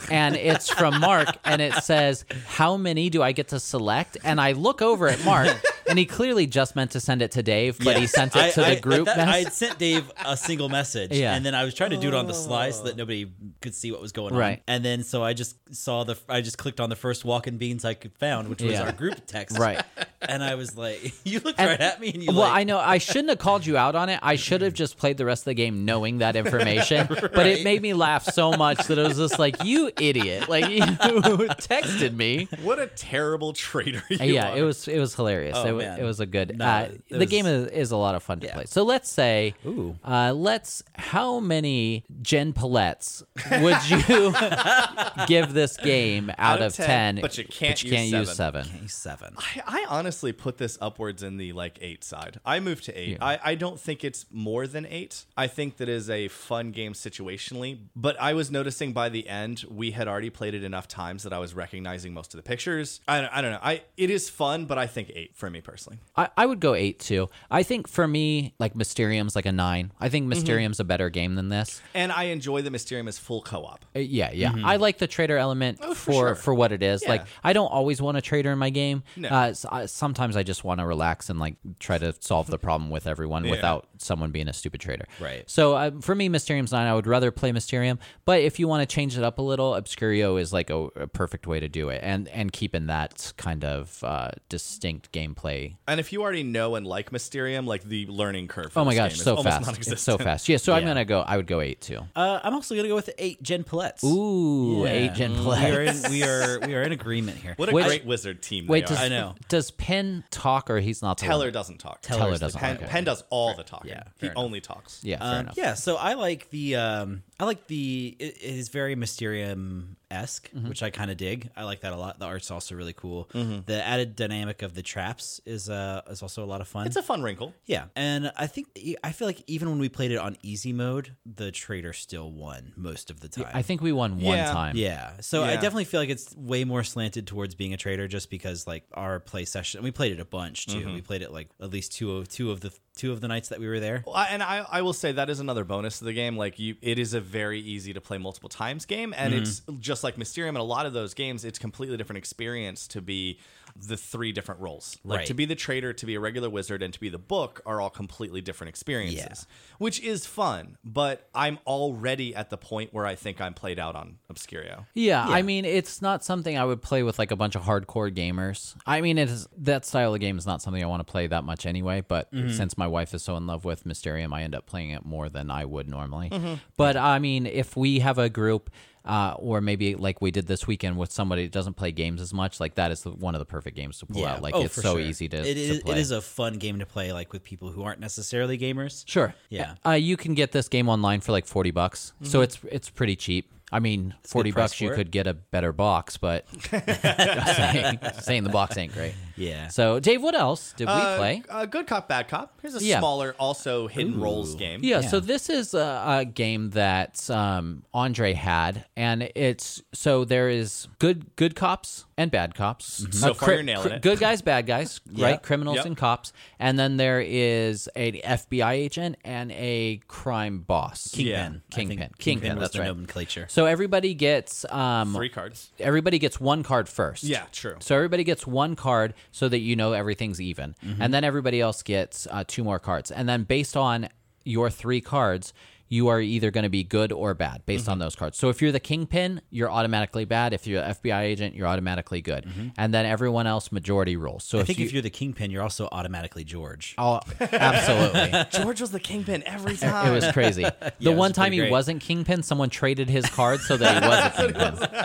S2: and it's from Mark, and it says, "How many do I get to select?" And I look over at Mark, and he clearly just meant to send it to Dave, but he sent it to
S3: I,
S2: the group.
S3: I, that- I
S2: mess-
S3: had sent Dave a single message,
S2: Yeah. Oh.
S3: and then I was trying to do it on the sly so that nobody could see what was going on.
S2: Right.
S3: And then so I just saw the I just clicked on the first walk and beans I could found, which was
S2: Yeah.
S3: our group text.
S2: Right.
S3: And I was like, you looked
S2: And-
S3: right at me, and you
S2: well,
S3: like,
S2: I know I shouldn't have called you out on it. I should have just played the rest of the game knowing that information. But it made me laugh so much that it was just like, "You idiot! Like you texted me."
S1: What a terrible traitor you
S2: Uh, yeah,
S1: are. Oh,
S2: it was it was hilarious. it, wa-
S3: man.
S2: it was a good.
S3: No,
S2: uh,
S3: it
S2: the
S3: was-
S2: game is, is a lot of fun to
S3: Yeah.
S2: play. So let's say,
S3: Ooh.
S2: Uh, let's how many Jen Palettes would you give this game out,
S1: of 10, but you can't
S2: you
S1: use
S2: can't use
S1: seven.
S2: seven.
S3: "Hey, seven.
S1: I, I honestly put this upwards in the like eight side. I moved to eight. I, I don't think it's more than eight. I think that is a fun game situationally, but I was noticing by the end we had already played it enough times that I was recognizing most of the pictures. I, don't- I don't know. I it is fun, but I think eight for me personally.
S2: I, I would go eight too. I think for me, like Mysterium's like a nine. I
S1: Mm-hmm.
S2: think Mysterium's a better game than this.
S1: And I enjoy the Mysterium as full co-op.
S2: Uh, yeah, yeah. I like the trader element
S1: Mm-hmm. Oh,
S2: for
S1: for
S2: for,
S1: sure.
S2: what it is. Like
S1: Yeah.
S2: I don't always want a trader in my game.
S1: No.
S2: Uh, s- uh, sometimes I just want to relax and like try to solve the problem with everyone without someone being a stupid traitor.
S3: Right.
S2: So uh, for me, Mysterium's not. I would rather play Mysterium, but if you want to change it up a little, Obscurio is like a, a perfect way to do it, and and keeping that kind of uh, distinct gameplay
S1: And if you already know and like Mysterium, like the learning curve. For
S2: Oh my
S1: this
S2: gosh,
S1: game
S2: so
S1: is almost
S2: fast. It's so
S1: non-existent.
S2: fast. Yeah, so I'm
S3: Yeah.
S2: gonna go I would go eight too.
S3: Uh, I'm also gonna go with eight Jen Palettes.
S2: Ooh,
S3: Yeah.
S2: eight
S1: Mm,
S2: gen
S3: Mm, We are,
S2: play.
S3: in, we are we are in agreement here.
S1: What a
S2: Which-
S1: great wizard team.
S2: Wait,
S1: they
S2: does,
S1: are.
S3: I know.
S2: does Penn talk or he's not the
S1: Teller
S2: one?
S1: doesn't talk.
S2: Teller Teller's doesn't the
S1: Penn,
S2: talk.
S1: Penn does all the talking.
S3: Yeah,
S1: he
S3: fair enough.
S1: only talks.
S2: Yeah, fair
S3: Um,
S2: enough.
S3: yeah, so I like the um, I like the it, it is very Mysterium esque, which I kind of dig. I like that a lot. The art's also really cool. The added dynamic of the traps is uh is also a lot of fun.
S1: It's a fun wrinkle.
S3: yeah, and I think I feel like even when we played it on easy mode, the trader still won most of the time.
S2: I think we won one
S1: Yeah.
S2: time.
S3: Yeah. So I
S1: Yeah.
S3: definitely feel like it's way more slanted towards being a trader just because like our play session we played it a bunch too. We played it like at least two of two of the two of the nights that we were there.
S1: Well, I- and I, I will say that is another bonus of the game. Like you, it is a very easy to play multiple times game, and
S2: Mm-hmm.
S1: it's just like Mysterium and a lot of those games. It's completely different experience to be the three different roles. Like
S3: Right.
S1: to be the trader, to be a regular wizard, and to be the book are all completely different experiences, which is fun. But I'm already at the point where I think I'm played out on Obscurio.
S2: Yeah, I mean, it's not something I would play with like a bunch of hardcore gamers. I mean, it is that style of game is not something I want to play that much anyway. But
S3: Mm-hmm.
S2: since my wife is so in love with Mysterium, I end up playing it more than I would normally.
S3: Mm-hmm.
S2: But I mean, if we have a group, uh, or maybe like we did this weekend with somebody that doesn't play games as much, like that is the, one of the perfect games to pull out. Like
S3: Oh,
S2: it's
S3: for
S2: so
S3: sure.
S2: easy to,
S3: it
S2: to
S3: is,
S2: play.
S3: it is a fun game to play like with people who aren't necessarily gamers.
S2: Sure.
S3: Yeah.
S2: Uh, you can get this game online for like forty bucks, so it's it's pretty cheap. I mean, forty
S3: price
S2: bucks you
S3: for it.
S2: could get a better box, but just saying, saying the box ain't great.
S3: Yeah.
S2: So, Dave, what else did we play?
S1: Uh, uh, good cop, bad cop. Here's a
S2: Yeah.
S1: smaller, also hidden roles game.
S2: Yeah, so this is a, a game that um, Andre had, and it's so there is good good cops and bad cops.
S1: Mm-hmm. So
S2: Uh,
S1: far, you're nailing it.
S2: Good guys, bad guys, right? Criminals
S1: Yep.
S2: and cops, and then there is an FBI agent and a crime boss.
S1: Kingpin.
S3: I think
S2: Kingpin, Kingpin.
S3: was
S2: that's
S3: the
S2: right.
S3: nomenclature.
S2: So everybody gets um,
S1: Three cards.
S2: everybody gets one card first.
S1: Yeah, true.
S2: So everybody gets one card so that you know everything's even, and then everybody else gets uh, two more cards, and then based on your three cards. You are either going to be good or bad based on those cards. So if you're the kingpin, you're automatically bad. If you're an FBI agent, you're automatically good. And then everyone else majority rules. So
S3: I
S2: if
S3: think
S2: you,
S3: if you're the kingpin, you're also automatically George.
S2: oh, absolutely,
S1: George was the kingpin every time.
S2: it was crazy. The
S3: was
S2: one time
S3: pretty
S2: he
S3: great.
S2: wasn't kingpin, someone traded his card so that he was a kingpin.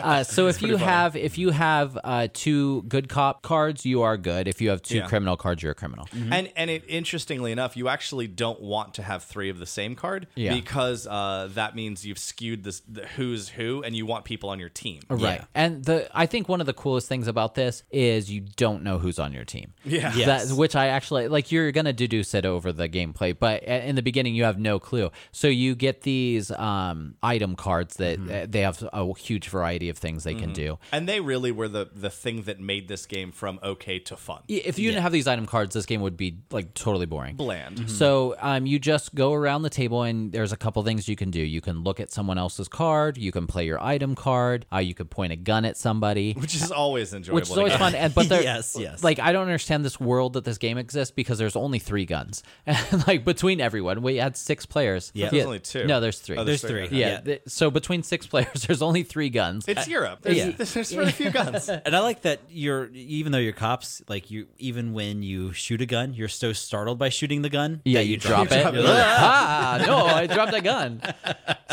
S2: Uh, so if you have if you have uh, two good cop cards, you are good. If you have two
S1: Yeah. Mm-hmm.
S2: criminal cards, you're a criminal.
S1: And and it interestingly enough, you actually don't want to have three of the same card
S2: Yeah.
S1: because uh, that means you've skewed this the who's who, and you want people on your team.
S2: Right. And the I think one of the coolest things about this is you don't know who's on your team.
S1: Yeah.
S3: Yes.
S2: That, which I actually like you're going to deduce it over the gameplay, but a- in the beginning you have no clue. So you get these um, item cards that uh, they have a huge variety of things they can do.
S1: And they really were the the thing that made this game from okay to fun,
S2: Y- If you didn't have these item cards, this game would be like totally boring.
S1: bland.
S3: Mm-hmm.
S2: So um, you just go around the table, and there's a couple things you can do. You can look at someone else's card. You can play your item card. Uh, you could point a gun at somebody,
S1: Which is always enjoyable.
S2: which is always
S1: to
S2: fun. And but there,
S3: Yes, yes.
S2: like I don't understand this world that this game exists because there's only three guns, and like between everyone, we had six players.
S3: Yeah.
S1: There's only two.
S2: No, there's three.
S1: Oh,
S3: There's
S1: three,
S3: three.
S1: okay.
S2: yeah, Uh, th- so between six players, there's only three guns.
S1: It's Europe. There's,
S3: Yeah.
S1: there's very few guns.
S3: And I like that you're even though you're cops, like you even when you shoot a gun, you're so startled by shooting the gun.
S2: Yeah,
S3: that
S2: you, drop, it.
S1: drop it.
S2: You're like, ah, no, I dropped a gun.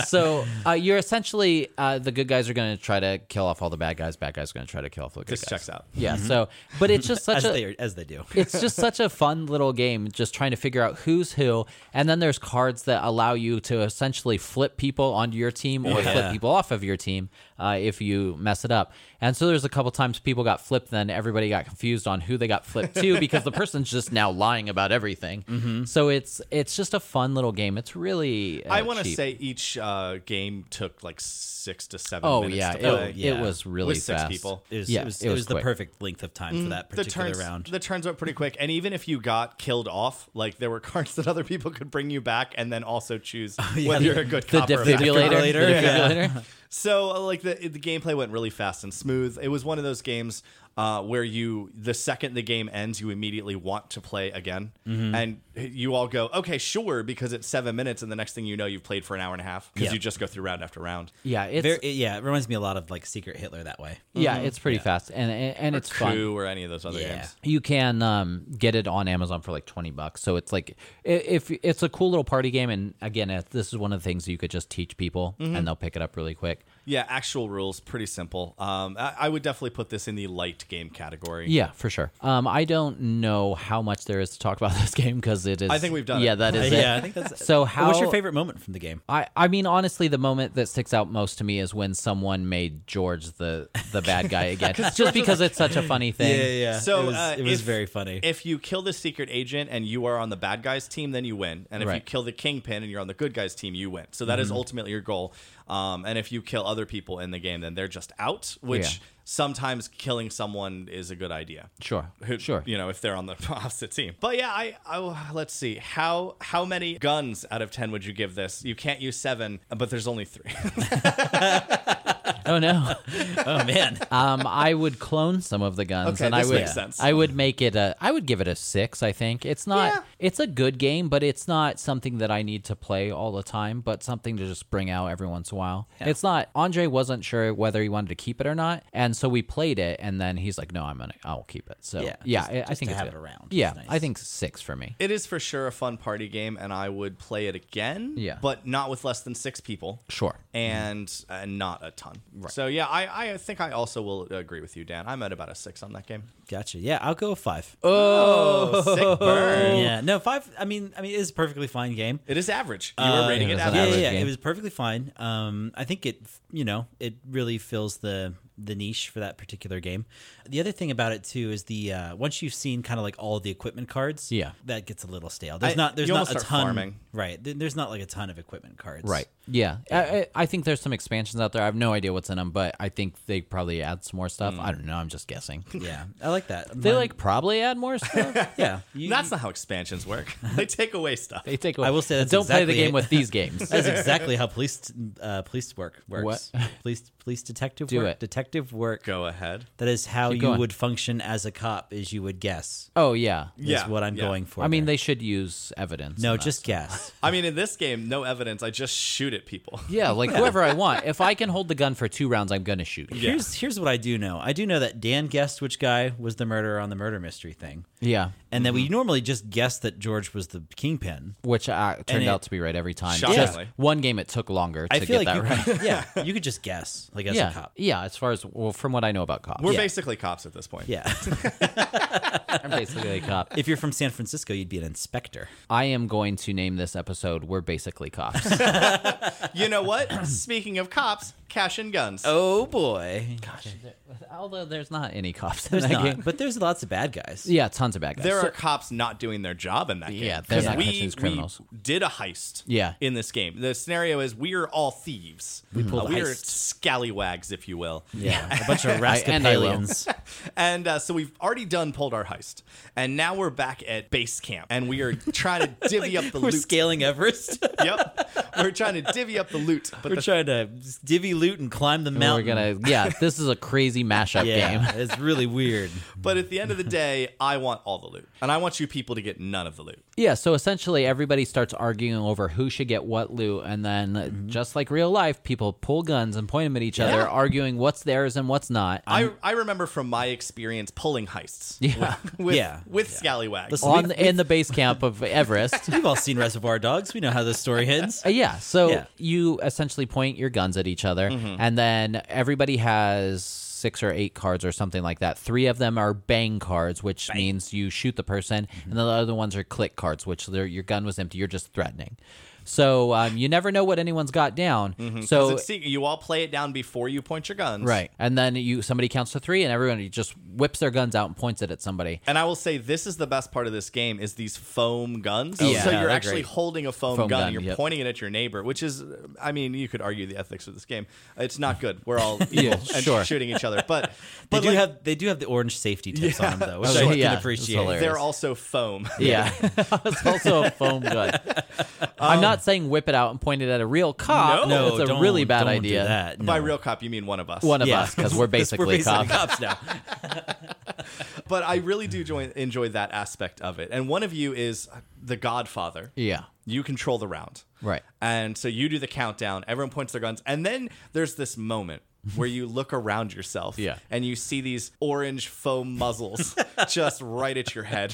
S2: So uh, you're essentially uh, the good guys are going to try to kill off all the bad guys. Bad guys are going to try to kill off the good
S1: This
S2: guys.
S1: checks out.
S2: Yeah. So, but it's just such
S3: as
S2: a
S3: they are, as they do.
S2: it's just such a fun little game just trying to figure out who's who and then there's cards that allow you to essentially flip people onto your team or flip
S3: Yeah.
S2: people off of your team uh, if you mess it up and so there's a couple times people got flipped then everybody got confused on who they got flipped to because the person's just now lying about everything
S3: Mm-hmm.
S2: so it's it's just a fun little game it's really uh,
S1: I want to
S2: cheap.
S1: say each uh, game took like six to seven.
S2: oh
S1: minutes
S2: yeah
S1: to
S2: it,
S1: play.
S2: it
S3: yeah.
S2: was really
S1: With six
S2: fast
S1: people.
S3: It was,
S2: yeah
S3: it was,
S2: it was
S3: the
S2: quick.
S3: perfect length of time for that
S1: Mm, the
S3: particular
S1: turns
S3: round.
S1: the turns went pretty quick, and even if you got killed off, like there were cards that other people could bring you back, and then also choose whether you're a good
S2: the
S1: cop or a bad cop.
S2: defibrillator,
S3: defibrillator,
S2: the
S3: yeah.
S2: defibrillator.
S1: So uh, like the the gameplay went really fast and smooth. It was one of those games uh, where you the second the game ends, you immediately want to play again,
S2: Mm-hmm.
S1: and you all go okay, sure, because it's seven minutes, and the next thing you know, you've played for an hour and a half because
S3: Yeah.
S1: you just go through round after round.
S2: Yeah, it's
S3: Very, it- yeah, it reminds me a lot of like Secret Hitler that way.
S2: yeah, it's pretty fast and and, and it's fun.
S1: Coup or any of those other
S3: Yeah.
S1: games.
S2: You can um, get it on Amazon for like twenty bucks. So it's like i- if it's a cool little party game, and again, if this is one of the things you could just teach people, and they'll pick it up really quick.
S1: Yeah, actual rules, pretty simple. Um, I, I would definitely put this in the light game category.
S2: Yeah, for sure. Um, I don't know how much there is to talk about this game because it is.
S1: I think we've done
S2: Yeah,
S1: it.
S2: that is
S3: yeah, I
S2: it.
S3: think that's
S2: So
S3: What's your
S2: how-
S3: favorite moment from the game?
S2: I, I mean honestly the moment that sticks out most to me is when someone made George the the bad guy again just because it's such a funny thing.
S1: So
S3: it was,
S1: uh,
S3: it was
S1: if-
S3: very funny.
S1: If you kill the secret agent and you are on the bad guys team, then you win. And if you
S2: Right. Mm-hmm.
S1: kill the kingpin and you're on the good guys team, you win. So that is ultimately your goal. Um, and if you kill other people in the game, then they're just out. Which
S2: Yeah.
S1: sometimes killing someone is a good idea.
S2: Sure.
S1: Who-
S2: Sure.
S1: You know, if they're on the opposite team. But yeah, I, I let's see how how many guns out of ten would you give this? You can't use seven, but there's only three.
S2: Oh no.
S3: oh man,
S2: Um, I would clone some of the guns,
S1: Okay,
S2: and
S1: this
S2: I would
S1: makes sense.
S2: I would make it a I would give it a six. I think it's not
S1: Yeah.
S2: it's a good game, but it's not something that I need to play all the time. But something to just bring out every once in a while. It's not Andre wasn't sure whether he wanted to keep it or not, and so we played it, and then he's like, "No, I'm gonna I'll keep it." So yeah,
S3: Yeah, just-
S2: I, I
S3: just
S2: think
S3: to
S2: it's
S3: have
S2: good.
S3: it around is
S2: Yeah,
S3: nice.
S2: I think six for me.
S1: It is for sure a fun party game, and I would play it again.
S2: Yeah.
S1: but not with less than six people.
S2: Sure.
S1: and uh, not a ton. So yeah, I, I think I also will agree with you, Dan. I'm at about a six on that game.
S3: gotcha. Yeah, I'll go five.
S1: Oh, sick burn!
S3: Yeah, no five. I mean, I mean, it's a perfectly fine game.
S1: It is average. You were
S3: Uh,
S1: rating
S2: yeah,
S1: it
S2: that's an
S1: average.
S3: yeah,
S2: average
S3: yeah,
S2: game.
S3: it was perfectly fine. Um, I think it, you know, it really fills the the niche for that particular game. The other thing about it too is the uh, once you've seen kind of like all the equipment cards,
S2: Yeah.
S3: that gets a little stale. There's
S1: I-
S3: not there's
S1: you
S3: not
S1: almost
S3: a
S1: start
S3: ton,
S1: farming.
S3: right? there- There's not like a ton of equipment cards,
S2: Right. Yeah. I, I I think there's some expansions out there. I have no idea what's in them, but I think they probably add some more stuff.
S3: Mm.
S2: I don't know. I'm just guessing.
S3: Yeah, I like that.
S2: They
S3: Mine-
S2: like probably add more stuff.
S3: yeah. You,
S1: That's not how expansions work. they take away stuff.
S2: they take away.
S3: I will say that's
S2: don't play
S3: exactly
S2: the game
S3: it.
S2: with these games.
S3: That's exactly how police uh, police work works. Police police detective
S2: Do
S3: work.
S2: it.
S3: Detective work.
S1: Go ahead.
S3: That is how you
S2: going.
S3: would function as a cop. Is you would guess.
S2: oh yeah.
S1: Yeah,
S3: Is what I'm
S1: yeah.
S3: going for.
S2: I mean,
S3: there.
S2: they should use evidence.
S3: no,
S2: in that.
S3: just guess.
S1: I mean, in this game, no evidence. I just shoot at people.
S2: yeah, like whoever I want. If I can hold the gun for two rounds, I'm gonna shoot. Yeah.
S3: Here's here's what I do know. I do know that Dan guessed which guy was the murderer on the murder mystery thing, and then we
S2: Mm-hmm.
S3: normally just guess that George was the kingpin.
S2: Which uh, turned
S3: it-
S2: out to be right every time.
S1: Shockingly.
S2: Just one game, it took longer to
S3: I
S2: get
S3: feel like
S2: that
S3: you
S2: right.
S3: could, yeah, you could just guess like as a
S2: Yeah,
S3: cop.
S2: yeah. As far as well, from what I know about cops,
S1: We're
S2: yeah.
S1: basically cops at this point.
S3: Yeah.
S2: I'm basically a cop.
S3: if you're from San Francisco, you'd be an inspector.
S2: I am going to name this episode "We're Basically Cops."
S1: You know what? Speaking of cops, cash and guns.
S3: Oh boy. Gosh.
S2: Although there's not any cops in
S3: There's
S2: that
S3: not,
S2: game.
S3: but there's lots of bad guys.
S2: Yeah, tons of bad guys.
S1: There
S2: So-
S1: are cops not doing their job in that game.
S2: Yeah, they're
S1: 'Cause
S2: not
S1: we,
S2: catching these
S1: we
S2: criminals.
S1: did a heist.
S2: Yeah.
S1: in this game, the scenario is we are all thieves. We
S3: pulled a
S1: we are
S3: heist.
S1: scallywags, if you will.
S3: Yeah, a bunch of
S2: I- and I will.
S3: rascapalians.
S1: And uh, so we've already done pulled our heist, and now we're back at base camp, and we are trying to divvy up the
S3: We're
S1: loot.
S3: scaling Everest.
S1: yep, we're trying to divvy up the loot. But
S3: We're
S1: the
S3: trying to divvy loot and climb the mountain.
S2: We're gonna yeah, this is a crazy mashup game.
S3: yeah, it's really weird.
S1: But at the end of the day, I want all the loot, and I want you people to get none of the loot.
S2: Yeah, so essentially everybody starts arguing over who should get what loot, and then uh, just like real life, people pull guns and point them at each other, arguing what's theirs and what's not.
S1: I, I remember from my experience pulling heists
S2: Yeah.
S1: with with,
S3: Yeah.
S1: with scallywags.
S3: Listen,
S2: on in the base camp of Everest.
S3: We've all seen Reservoir Dogs. We know how this story ends.
S2: Uh, yeah, so
S3: Yeah.
S2: you essentially point your guns at each other, and then everybody has six or eight cards or something like that. Three of them are bang cards, which means you shoot the person, and the other ones are click cards, which they're- your gun was empty. You're just threatening. So um, you never know what anyone's got down. So
S1: It's secret. you all play it down before you point your guns.
S2: right, and then you somebody counts to three, and everyone just whips their guns out and points it at somebody.
S1: And I will say this is the best part of this game is these foam guns.
S2: Oh, yeah.
S1: so
S2: Yeah,
S1: you're
S2: they're
S1: actually
S2: great.
S1: holding a foam,
S2: Foam
S1: gun,
S2: gun,
S1: and you're
S2: yep.
S1: pointing it at your neighbor, which is I mean, you could argue the ethics of this game. It's not good. We're all evil
S2: Yeah,
S1: and
S2: sure.
S1: shooting each other. But
S3: They
S1: but
S3: do
S1: like,
S3: have they do have the orange safety tips on them though, which
S2: Oh,
S3: I
S2: yeah,
S3: can
S2: it's
S3: appreciate.
S2: hilarious.
S1: they're also foam.
S2: Yeah, it's also a foam gun. I'm not saying whip it out and point it at a real cop.
S1: No,
S2: it's a
S3: Um, don't-
S2: really bad
S3: don't do
S2: idea.
S3: that. No.
S1: By real cop, you mean one of us.
S2: One of
S3: Yeah.
S2: us, because we're basically,
S3: we're basically
S2: cops.
S3: cops now.
S1: But I really do join, enjoy that aspect of it. And one of you is the Godfather.
S2: Yeah,
S1: You control the round.
S2: right.
S1: And so you do the countdown. Everyone points their guns. And then there's this moment where you look around yourself
S2: Yeah.
S1: and you see these orange foam muzzles just right at your head.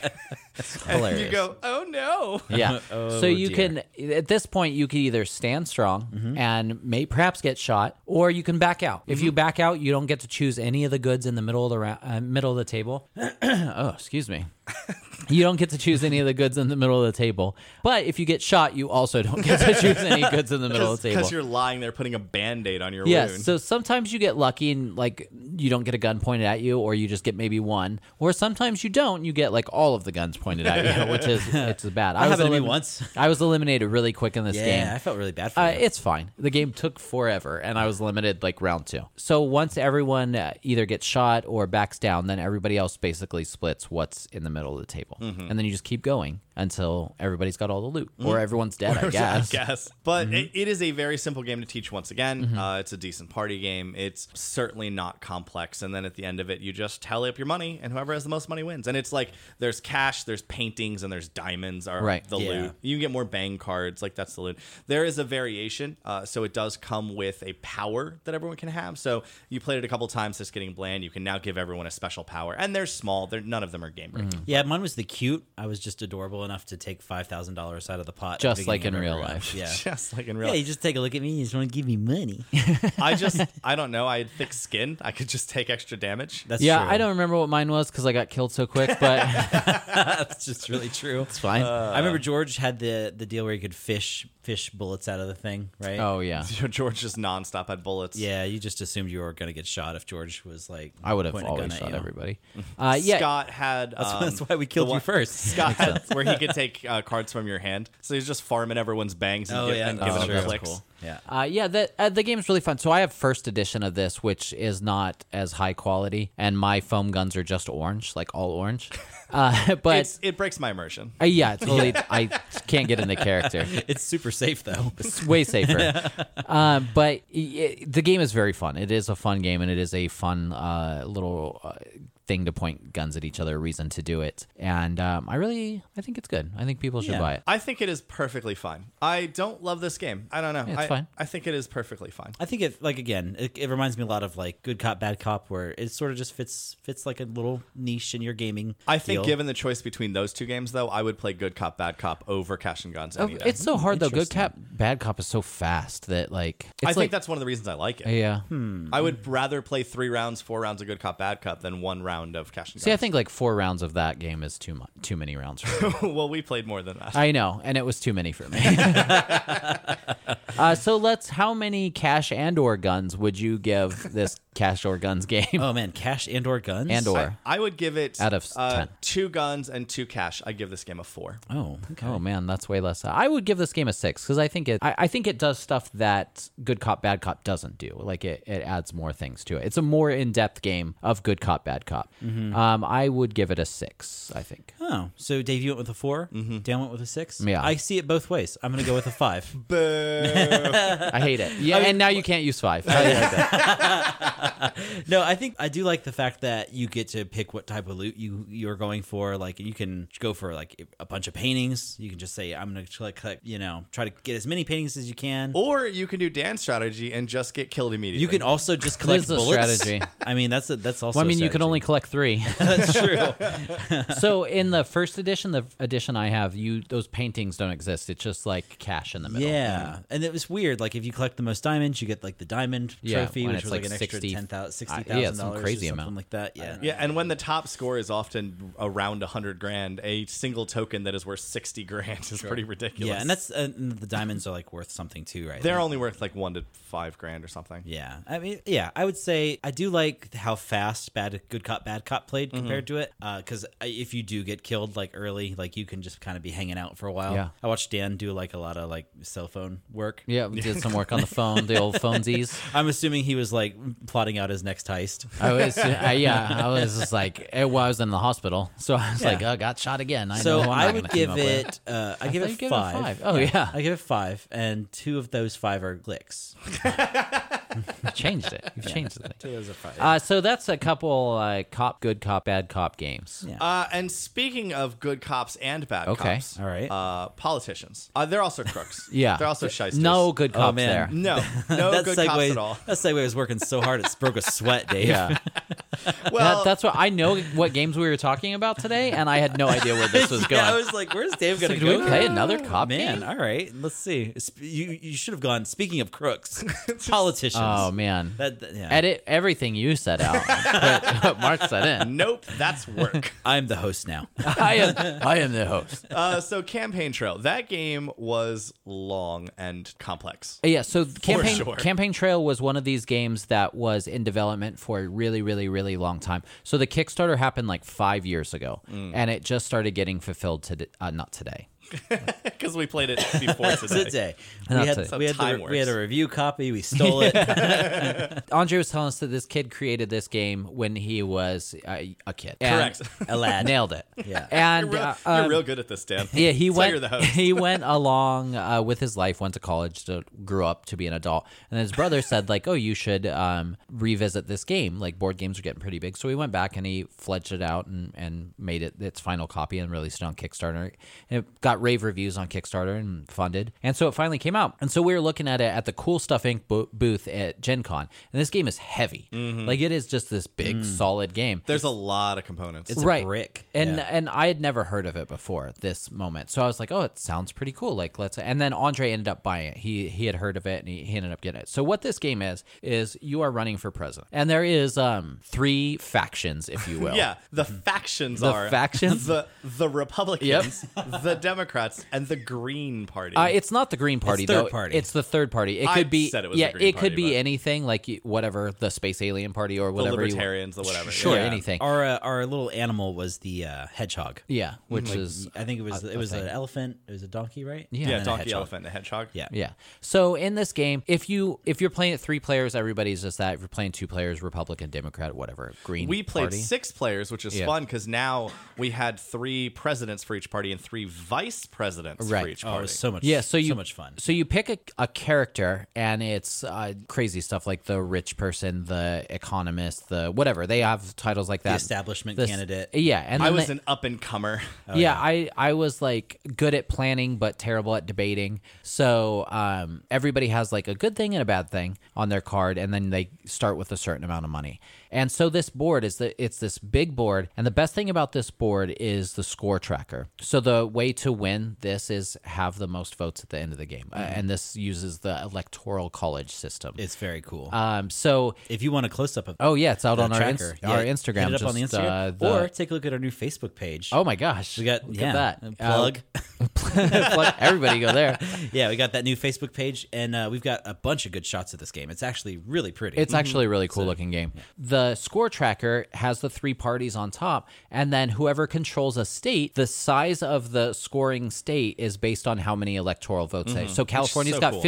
S1: and you
S2: hilarious.
S1: go, oh no.
S2: Yeah.
S3: Oh,
S2: so you
S3: dear.
S2: can at this point you could either stand strong and may perhaps get shot, or you can back out. If you back out, you don't get to choose any of the goods in the middle of the ra- uh, middle of the table. oh, excuse me. You don't get to choose any of the goods in the middle of the table. But if you get shot, you also don't get to choose any goods in the middle of the table.
S1: Because you're lying there putting a band aid on your
S2: Yes.
S1: wound.
S2: So sometimes you get lucky and like you don't get a gun pointed at you, or you just get maybe one, or sometimes you don't. You get like all of the guns pointed at you, which is it's bad. I
S3: happened to me
S2: elimin-
S3: once.
S2: I was eliminated really quick in this
S3: Yeah, I
S2: game.
S3: felt really bad for
S2: Uh,
S3: you.
S2: it's fine. The game took forever, and I was limited like round two. So once everyone uh, either gets shot or backs down, then everybody else basically splits what's in the middle of the table,
S3: Mm-hmm.
S2: and then you just keep going until everybody's got all the loot, or everyone's dead. I guess.
S1: guess.
S3: Mm-hmm.
S1: But it, it is a very simple game to teach once again. Uh, it's a decent party game. It's certainly not complex. And then at the end of it, you just tally up your money, and whoever has the most money wins. And it's like there's cash, there's paintings, and there's diamonds are
S2: Right.
S1: the
S3: Yeah.
S1: loot. You can get more bang cards. Like that's the loot. There is a variation. Uh, so it does come with a power that everyone can have. So you played it a couple times, it's getting bland. You can now give everyone a special power. And they're small. They're, none of them are game breaking.
S3: Yeah, mine was the cute. I was just adorable enough to take five thousand dollars out of the pot, at the
S2: Just like
S3: beginning
S2: in
S3: of
S2: real
S3: every round.
S2: life.
S3: Yeah.
S1: Just like in real
S3: Yeah, you just take a look at me. You just want to give me money.
S1: I just, I don't know. I had thick skin. I could just take extra damage.
S3: That's
S2: Yeah,
S3: true.
S2: I don't remember what mine was because I got killed so quick, but
S3: That's just really true. Uh,
S2: it's fine. Uh,
S3: I remember George had the the deal where he could fish fish bullets out of the thing, right?
S2: oh yeah.
S1: So George just nonstop had bullets.
S3: yeah. You just assumed you were gonna get shot if George was like.
S2: I would have
S3: pointing a gun
S2: always
S3: at
S2: shot
S3: you.
S2: everybody. Uh, yeah,
S1: Scott had.
S3: That's,
S1: um,
S3: that's why we killed
S1: the
S3: you
S1: one-
S3: first.
S1: Scott had where he could take uh, cards from your hand, so he's just farming everyone's bangs and,
S3: Oh
S1: gi-
S3: yeah,
S1: and
S3: that's
S1: giving
S3: true.
S1: them
S3: That's
S1: clicks.
S3: cool. Yeah.
S2: uh, yeah. The uh, the game's really fun. So I have first edition of this, which is not as high quality, and my foam guns are just orange, like all orange. Uh, but
S1: It's, it breaks my immersion.
S2: uh, yeah, totally. I can't get in the character.
S3: It's super safe though.
S2: It's way safer. um, but i i- the game is very fun. It is a fun game, and it is a fun uh, little uh, thing to point guns at each other, a reason to do it. And um, I really, I think it's good. I think people should
S3: Yeah.
S2: buy it.
S1: I think it is perfectly fine. I don't love this game. I don't know.
S2: It's
S1: I,
S2: fine.
S1: I think it is perfectly fine.
S3: I think it like again, it, it reminds me a lot of like good cop, bad cop, where it sort of just fits fits like a little niche in your gaming.
S1: I think
S3: feel.
S1: given the choice between those two games, though, I would play Good Cop Bad Cop over Cash and Guns any day.
S2: Oh, It's so hard though. Good cop, bad cop is so fast that like it's
S1: I think
S2: like,
S1: that's one of the reasons I like it.
S2: yeah.
S1: I would rather play three rounds, four rounds of Good Cop Bad Cop than one round of Cash and
S2: See, I
S1: Guns.
S2: think like four rounds of that game is too much, too many rounds. For me.
S1: well, we played more than that.
S2: I know, and it was too many for me. uh, so let's. How many cash and or guns would you give this cash or guns game?
S3: Oh man, cash and or guns
S2: And or
S1: I would give it
S2: Out of s-
S1: uh,
S2: 10.
S1: two guns and two cash. I give this game a four.
S3: oh okay.
S2: Oh man, that's way less. I would give this game a six because I think it. I, I think it does stuff that Good Cop Bad Cop doesn't do. Like it, it adds more things to it. It's a more in depth game of Good Cop Bad Cop. Um, I would give it a six. I think.
S3: Oh, so Dave, you went with a 4 Dan went with a six.
S2: Yeah.
S3: I see it both ways. I'm gonna go with a five.
S2: I hate it. Yeah, and now you can't use five.
S3: no, I think I do like the fact that you get to pick what type of loot you you're going for. Like you can go for like a bunch of paintings. You can just say I'm gonna collect, collect you know try to get as many paintings as you can.
S1: Or you can do dance strategy and just get killed immediately.
S3: You can also just
S2: This
S3: collect
S2: is a
S3: bullets.
S2: strategy.
S3: I mean that's a, that's also.
S2: Well, I
S3: a
S2: mean, you can only collect three.
S3: strategy. that's true.
S2: so in the first edition, the edition I have, you those paintings don't exist. It's just like cash in the middle.
S3: Yeah, and it was weird. Like if you collect the most diamonds, you get like the diamond
S2: Yeah,
S3: trophy,
S2: when
S3: which
S2: it's,
S3: was like,
S2: like,
S3: an extra
S2: 60
S3: ten thousand, sixty
S2: uh, yeah,
S3: thousand
S2: some
S3: dollars,
S2: crazy
S3: or something
S2: amount.
S3: like that. Yeah,
S1: Yeah, and when the top score is often around 100 grand, a single token that is worth 60 grand is pretty ridiculous.
S3: yeah, and that's uh, and the diamonds are like worth something too, right?
S1: they're only worth like 1 to 5 grand or something.
S3: Yeah, I mean, yeah, I would say I do like how fast bad good cop bad cop played compared to it. Because if you do get killed like early, like you can just kind of be hanging out for a while.
S2: Yeah.
S3: I watched Dan do like a lot of like cell phone work,
S1: work.
S2: Yeah, we did some work on the phone, the old phonesies.
S3: I'm assuming he was like plotting out his next heist.
S2: I was, uh, I, yeah, I was just like, eh, well, I was in the hospital, so I was like,
S3: Yeah.
S2: oh, got shot again. I
S3: so
S2: know who I'm
S3: I
S2: not
S3: would
S2: gonna team
S3: give
S2: up with.
S3: it, uh, I give
S2: thought
S3: it
S2: you gave it
S3: five.
S2: five. Oh, yeah.
S3: I give it five, and two of those five are glicks.
S2: You've changed it. You've changed the
S3: Two
S2: thing.
S3: of those are five.
S2: Uh, so that's a couple uh, cop, good cop, bad cop games.
S3: Yeah.
S1: Uh, and speaking of good cops and bad
S2: Okay,
S1: cops,
S3: all right.
S1: uh, politicians. Uh, they're also crooks.
S2: Yeah.
S1: they're also shysters.
S2: No good
S3: Oh,
S2: cops
S3: man.
S2: there.
S1: no, no
S3: that
S1: good
S3: segue,
S1: cops at all.
S3: That segue was working so hard it broke a sweat, Dave.
S2: Yeah,
S1: Well,
S2: that, that's what I know. What games we were talking about today, and I had no idea where this was going.
S3: I was like, "Where's Dave
S2: So
S3: going to
S2: did
S3: go?"
S2: we play another cop
S3: Man,
S2: game?
S3: all right. Let's see. Sp- You you should have gone. Speaking of crooks, politicians.
S2: Oh man,
S3: That- that- yeah.
S2: edit everything you said out. Put what Mark said in.
S1: nope, that's work.
S3: I'm the host now.
S2: I am. I am the host.
S1: uh, so campaign trail. That game was long and complex.
S2: Yeah, so campaign
S1: sure.
S2: campaign trail was one of these games that was in development for a really, really, really long time. So the Kickstarter happened like five years ago,
S3: Mm.
S2: and it just started getting fulfilled today. Uh, not today.
S1: Because we played it before today.
S3: Today we
S2: That's
S3: had
S2: it.
S3: we had,
S1: Time
S3: the, we had a
S1: works.
S3: review copy. We stole it.
S2: Andre was telling us that this kid created this game when he was uh, a kid. And-
S1: Correct.
S3: A lad.
S2: Nailed it.
S3: Yeah.
S2: And
S1: You're real,
S2: uh,
S1: you're
S2: um,
S1: real good at this, Dan.
S2: yeah, he
S1: That's why
S2: went.
S1: You're the host.
S2: He went along uh, with his life, went to college, to, grew up to be an adult, and his brother said, like, "Oh, you should um, revisit this game. Like, board games are getting pretty big." So he went back and he fledged it out and, and made it its final copy and released it on Kickstarter. And it got rave reviews on Kickstarter and funded, and so it finally came out. And so we were looking at it at the Cool Stuff Inc. Bo- booth at Gen Con, and this game is heavy.
S1: Mm-hmm.
S2: Like, it is just this big, solid game
S1: There's a lot of components.
S3: It's a brick.
S2: and
S3: Yeah.
S2: and I had never heard of it before this moment, so I was like, "Oh, it sounds pretty cool." Like, let's. And then Andre ended up buying it. He he had heard of it, and he, he ended up getting it. So what this game is is you are running for president, and there is um three factions, if you will.
S1: yeah, the factions
S2: The
S1: are
S2: factions?
S1: the the Republicans, the Democrats, and the Green Party.
S2: Uh, it's not the Green Party,
S3: third
S2: though.
S3: party.
S2: It's the third party. It
S1: I
S2: could be
S1: said it was
S2: yeah,
S1: the Green
S2: it could
S1: Party,
S2: be
S1: but-
S2: anything like you- whatever the space alien party or
S1: the
S2: whatever you want.
S1: Libertarians, the whatever.
S2: Sure,
S1: Yeah.
S2: anything.
S3: Our uh, our little animal was the uh, hedgehog.
S2: Yeah, which is
S3: I think it was
S2: a-
S3: it
S2: a
S3: was
S2: thing.
S3: an elephant. It was a donkey, right?
S2: Uh, Yeah.
S3: And
S1: Yeah,
S3: then a
S1: donkey,
S3: hedgehog.
S1: elephant, and a hedgehog.
S3: Yeah.
S2: Yeah. So in this game, if you if you're playing it three players, everybody's just that. If you're playing two players, Republican, Democrat, whatever, Green.
S1: We played
S2: Party.
S1: six players, which is
S2: Yeah.
S1: fun because now we had three presidents for each party and three vice presidents
S2: Right.
S1: for each
S3: Oh, it
S1: party.
S3: was so much.
S2: Yeah, so you
S3: much fun.
S2: So you pick a, a character, and it's uh, crazy stuff like the rich person, the economist, the whatever. They have titles like that.
S3: establishment
S2: This-
S3: candidate.
S2: Yeah, and
S1: I
S2: then
S1: was
S2: they-
S1: an up and comer.
S3: Oh,
S2: yeah, I I was like good at planning but terrible at debating. So um, everybody has like a good thing and a bad thing on their card, and then they start with a certain amount of money. And so this board is that it's this big board, and the best thing about this board is the score tracker. So the way to win this is have the most votes at the end of the game, Uh,
S3: Mm-hmm.
S2: and this uses the electoral college system.
S3: It's very cool.
S2: um, so.
S3: if you want a close up of
S2: Oh yeah, it's out
S3: the
S2: on our,
S3: tracker,
S2: Inst-
S3: yeah,
S2: our
S3: hit
S2: Instagram.
S3: it up on the
S2: just,
S3: Instagram,
S2: uh, the-
S3: or take a look at our new Facebook page.
S2: oh my gosh,
S3: we got
S2: look
S3: yeah
S2: at that
S3: a
S2: Uh,
S3: plug.
S2: Plug- everybody go there.
S3: yeah, we got that new Facebook page, and uh, we've got a bunch of good shots of this game. It's actually really pretty.
S1: Mm-hmm.
S2: It's actually a really cool looking game. The score tracker has the three parties on top, and then whoever controls a state, the size of the scoring state is based on how many electoral votes they. So California's
S1: Mm-hmm. so
S2: got
S1: cool. Mm-hmm.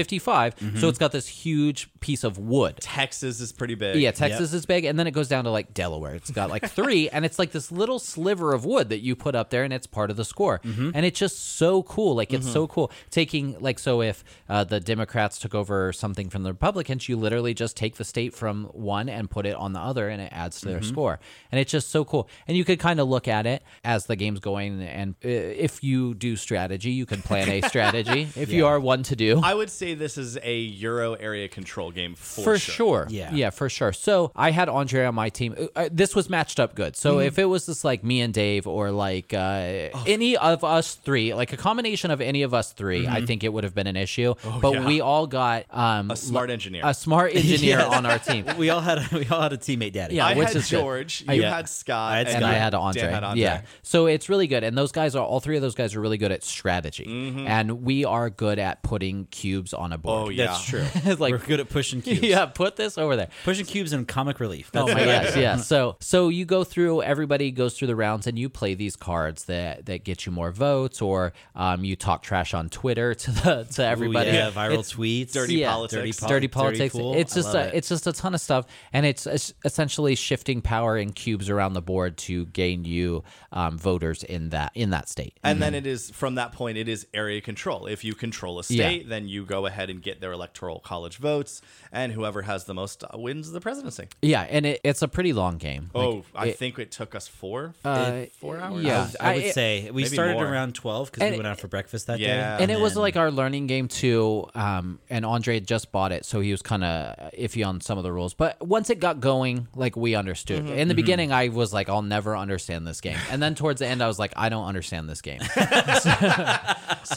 S2: 55, so it's got this huge piece of wood.
S1: Texas is pretty big.
S2: Yeah, Texas is big, and then it goes down to like Delaware. It's got like three, and it's like this little sliver of wood that you put up there, and it's part of the score. And it's just so cool. Like it's so cool taking like so if uh, the Democrats took over something from the Republicans, you literally just take the state from one and put it on the other, and it adds to their score. And it's just so cool. And you could kind of look at it as the game's going, and uh, if you do strategy, you can plan a strategy. If you are one to do,
S1: I would say this is a Euro area control game for,
S2: for sure.
S3: Yeah.
S2: yeah, for sure. So I had Andre on my team. Uh, Uh, this was matched up good. So if it was just like me and Dave, or like uh, any of us three, like a combination of any of us 3 I think it would have been an issue. but
S1: yeah.
S2: we all got um,
S1: A smart engineer.
S2: a smart engineer on our team.
S3: we all had a, we all had a teammate daddy.
S2: Yeah,
S1: I
S2: which
S1: had
S2: is good.
S1: George, you
S3: yeah.
S1: had Scott,
S3: I had
S1: and
S3: Scott.
S2: and I
S1: you-
S2: had Andre.
S1: Dan had
S2: Yeah, so it's really good, and those guys are all three of those guys are really good at strategy, and we are good at putting cubes on a
S1: Oh
S2: board.
S1: yeah,
S3: That's true.
S2: like
S3: We're good at pushing cubes.
S2: yeah, put this over there.
S3: Pushing cubes and comic relief.
S2: Oh
S3: That's
S2: my gosh, yeah. So so you go through everybody goes through the rounds and you play these cards that that get you more votes or um, you talk trash on Twitter to the to everybody.
S3: Ooh, yeah, viral
S2: It's-
S3: tweets.
S1: Dirty politics.
S3: Dirty,
S2: dirty
S3: politics.
S2: politics. It's just
S3: a,
S2: a, it's just a ton of stuff, and it's es- essentially shifting power and cubes around the board to gain you um, voters in that in that state.
S1: And then it is from that point it is area control. If you control a state, then you go ahead and get their electoral college votes, and whoever has the most uh, wins the presidency.
S2: yeah, and it, it's a pretty long game. Like,
S1: oh, I
S2: it-
S1: think it took us four.
S2: Uh,
S1: four hours.
S2: yeah.
S3: I would
S2: I-
S3: say we
S1: maybe
S3: started
S1: more.
S3: around twelve because
S2: And-
S3: we went out for breakfast that
S1: Yeah.
S3: day.
S2: and it was
S3: then-
S2: like our learning game too. Um, and Andre had just bought it, so he was kind of iffy on some of the rules. But once it got going, like we understood. In the beginning, I was like, "I'll never understand this game," and then towards the end, I was like, "I don't understand this game." so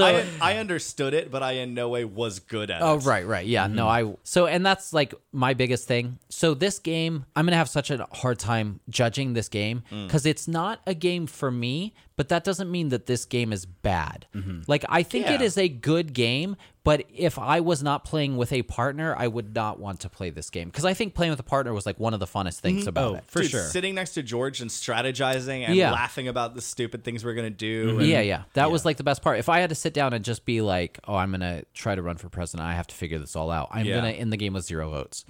S1: I, I understood it, but I in no way was good at
S2: Oh
S1: it.
S2: right, right, yeah.
S1: Mm-hmm.
S2: No, I so and that's like my biggest thing. So this game, I'm gonna have such a hard time judging this game
S1: Mm.
S2: because it's not a game for me. But that doesn't mean that this game is bad. Like I think it
S1: Mm-hmm. Yeah.
S2: is a good game, but if I was not playing with a partner, I would not want to play this game because I think playing with a partner was like one of the funnest things
S1: Mm-hmm.
S2: about
S3: Oh,
S2: it.
S3: for
S1: Dude,
S3: sure.
S1: Sitting next to George and strategizing and
S2: Yeah. Mm-hmm.
S1: laughing about the stupid things we're gonna do. and-
S2: Yeah, yeah. That was like the best part. If I had to sit down and just be like, oh, I'm going to try to run for president, I have to figure this all out. I'm
S1: Yeah.
S2: going to end the game with zero votes.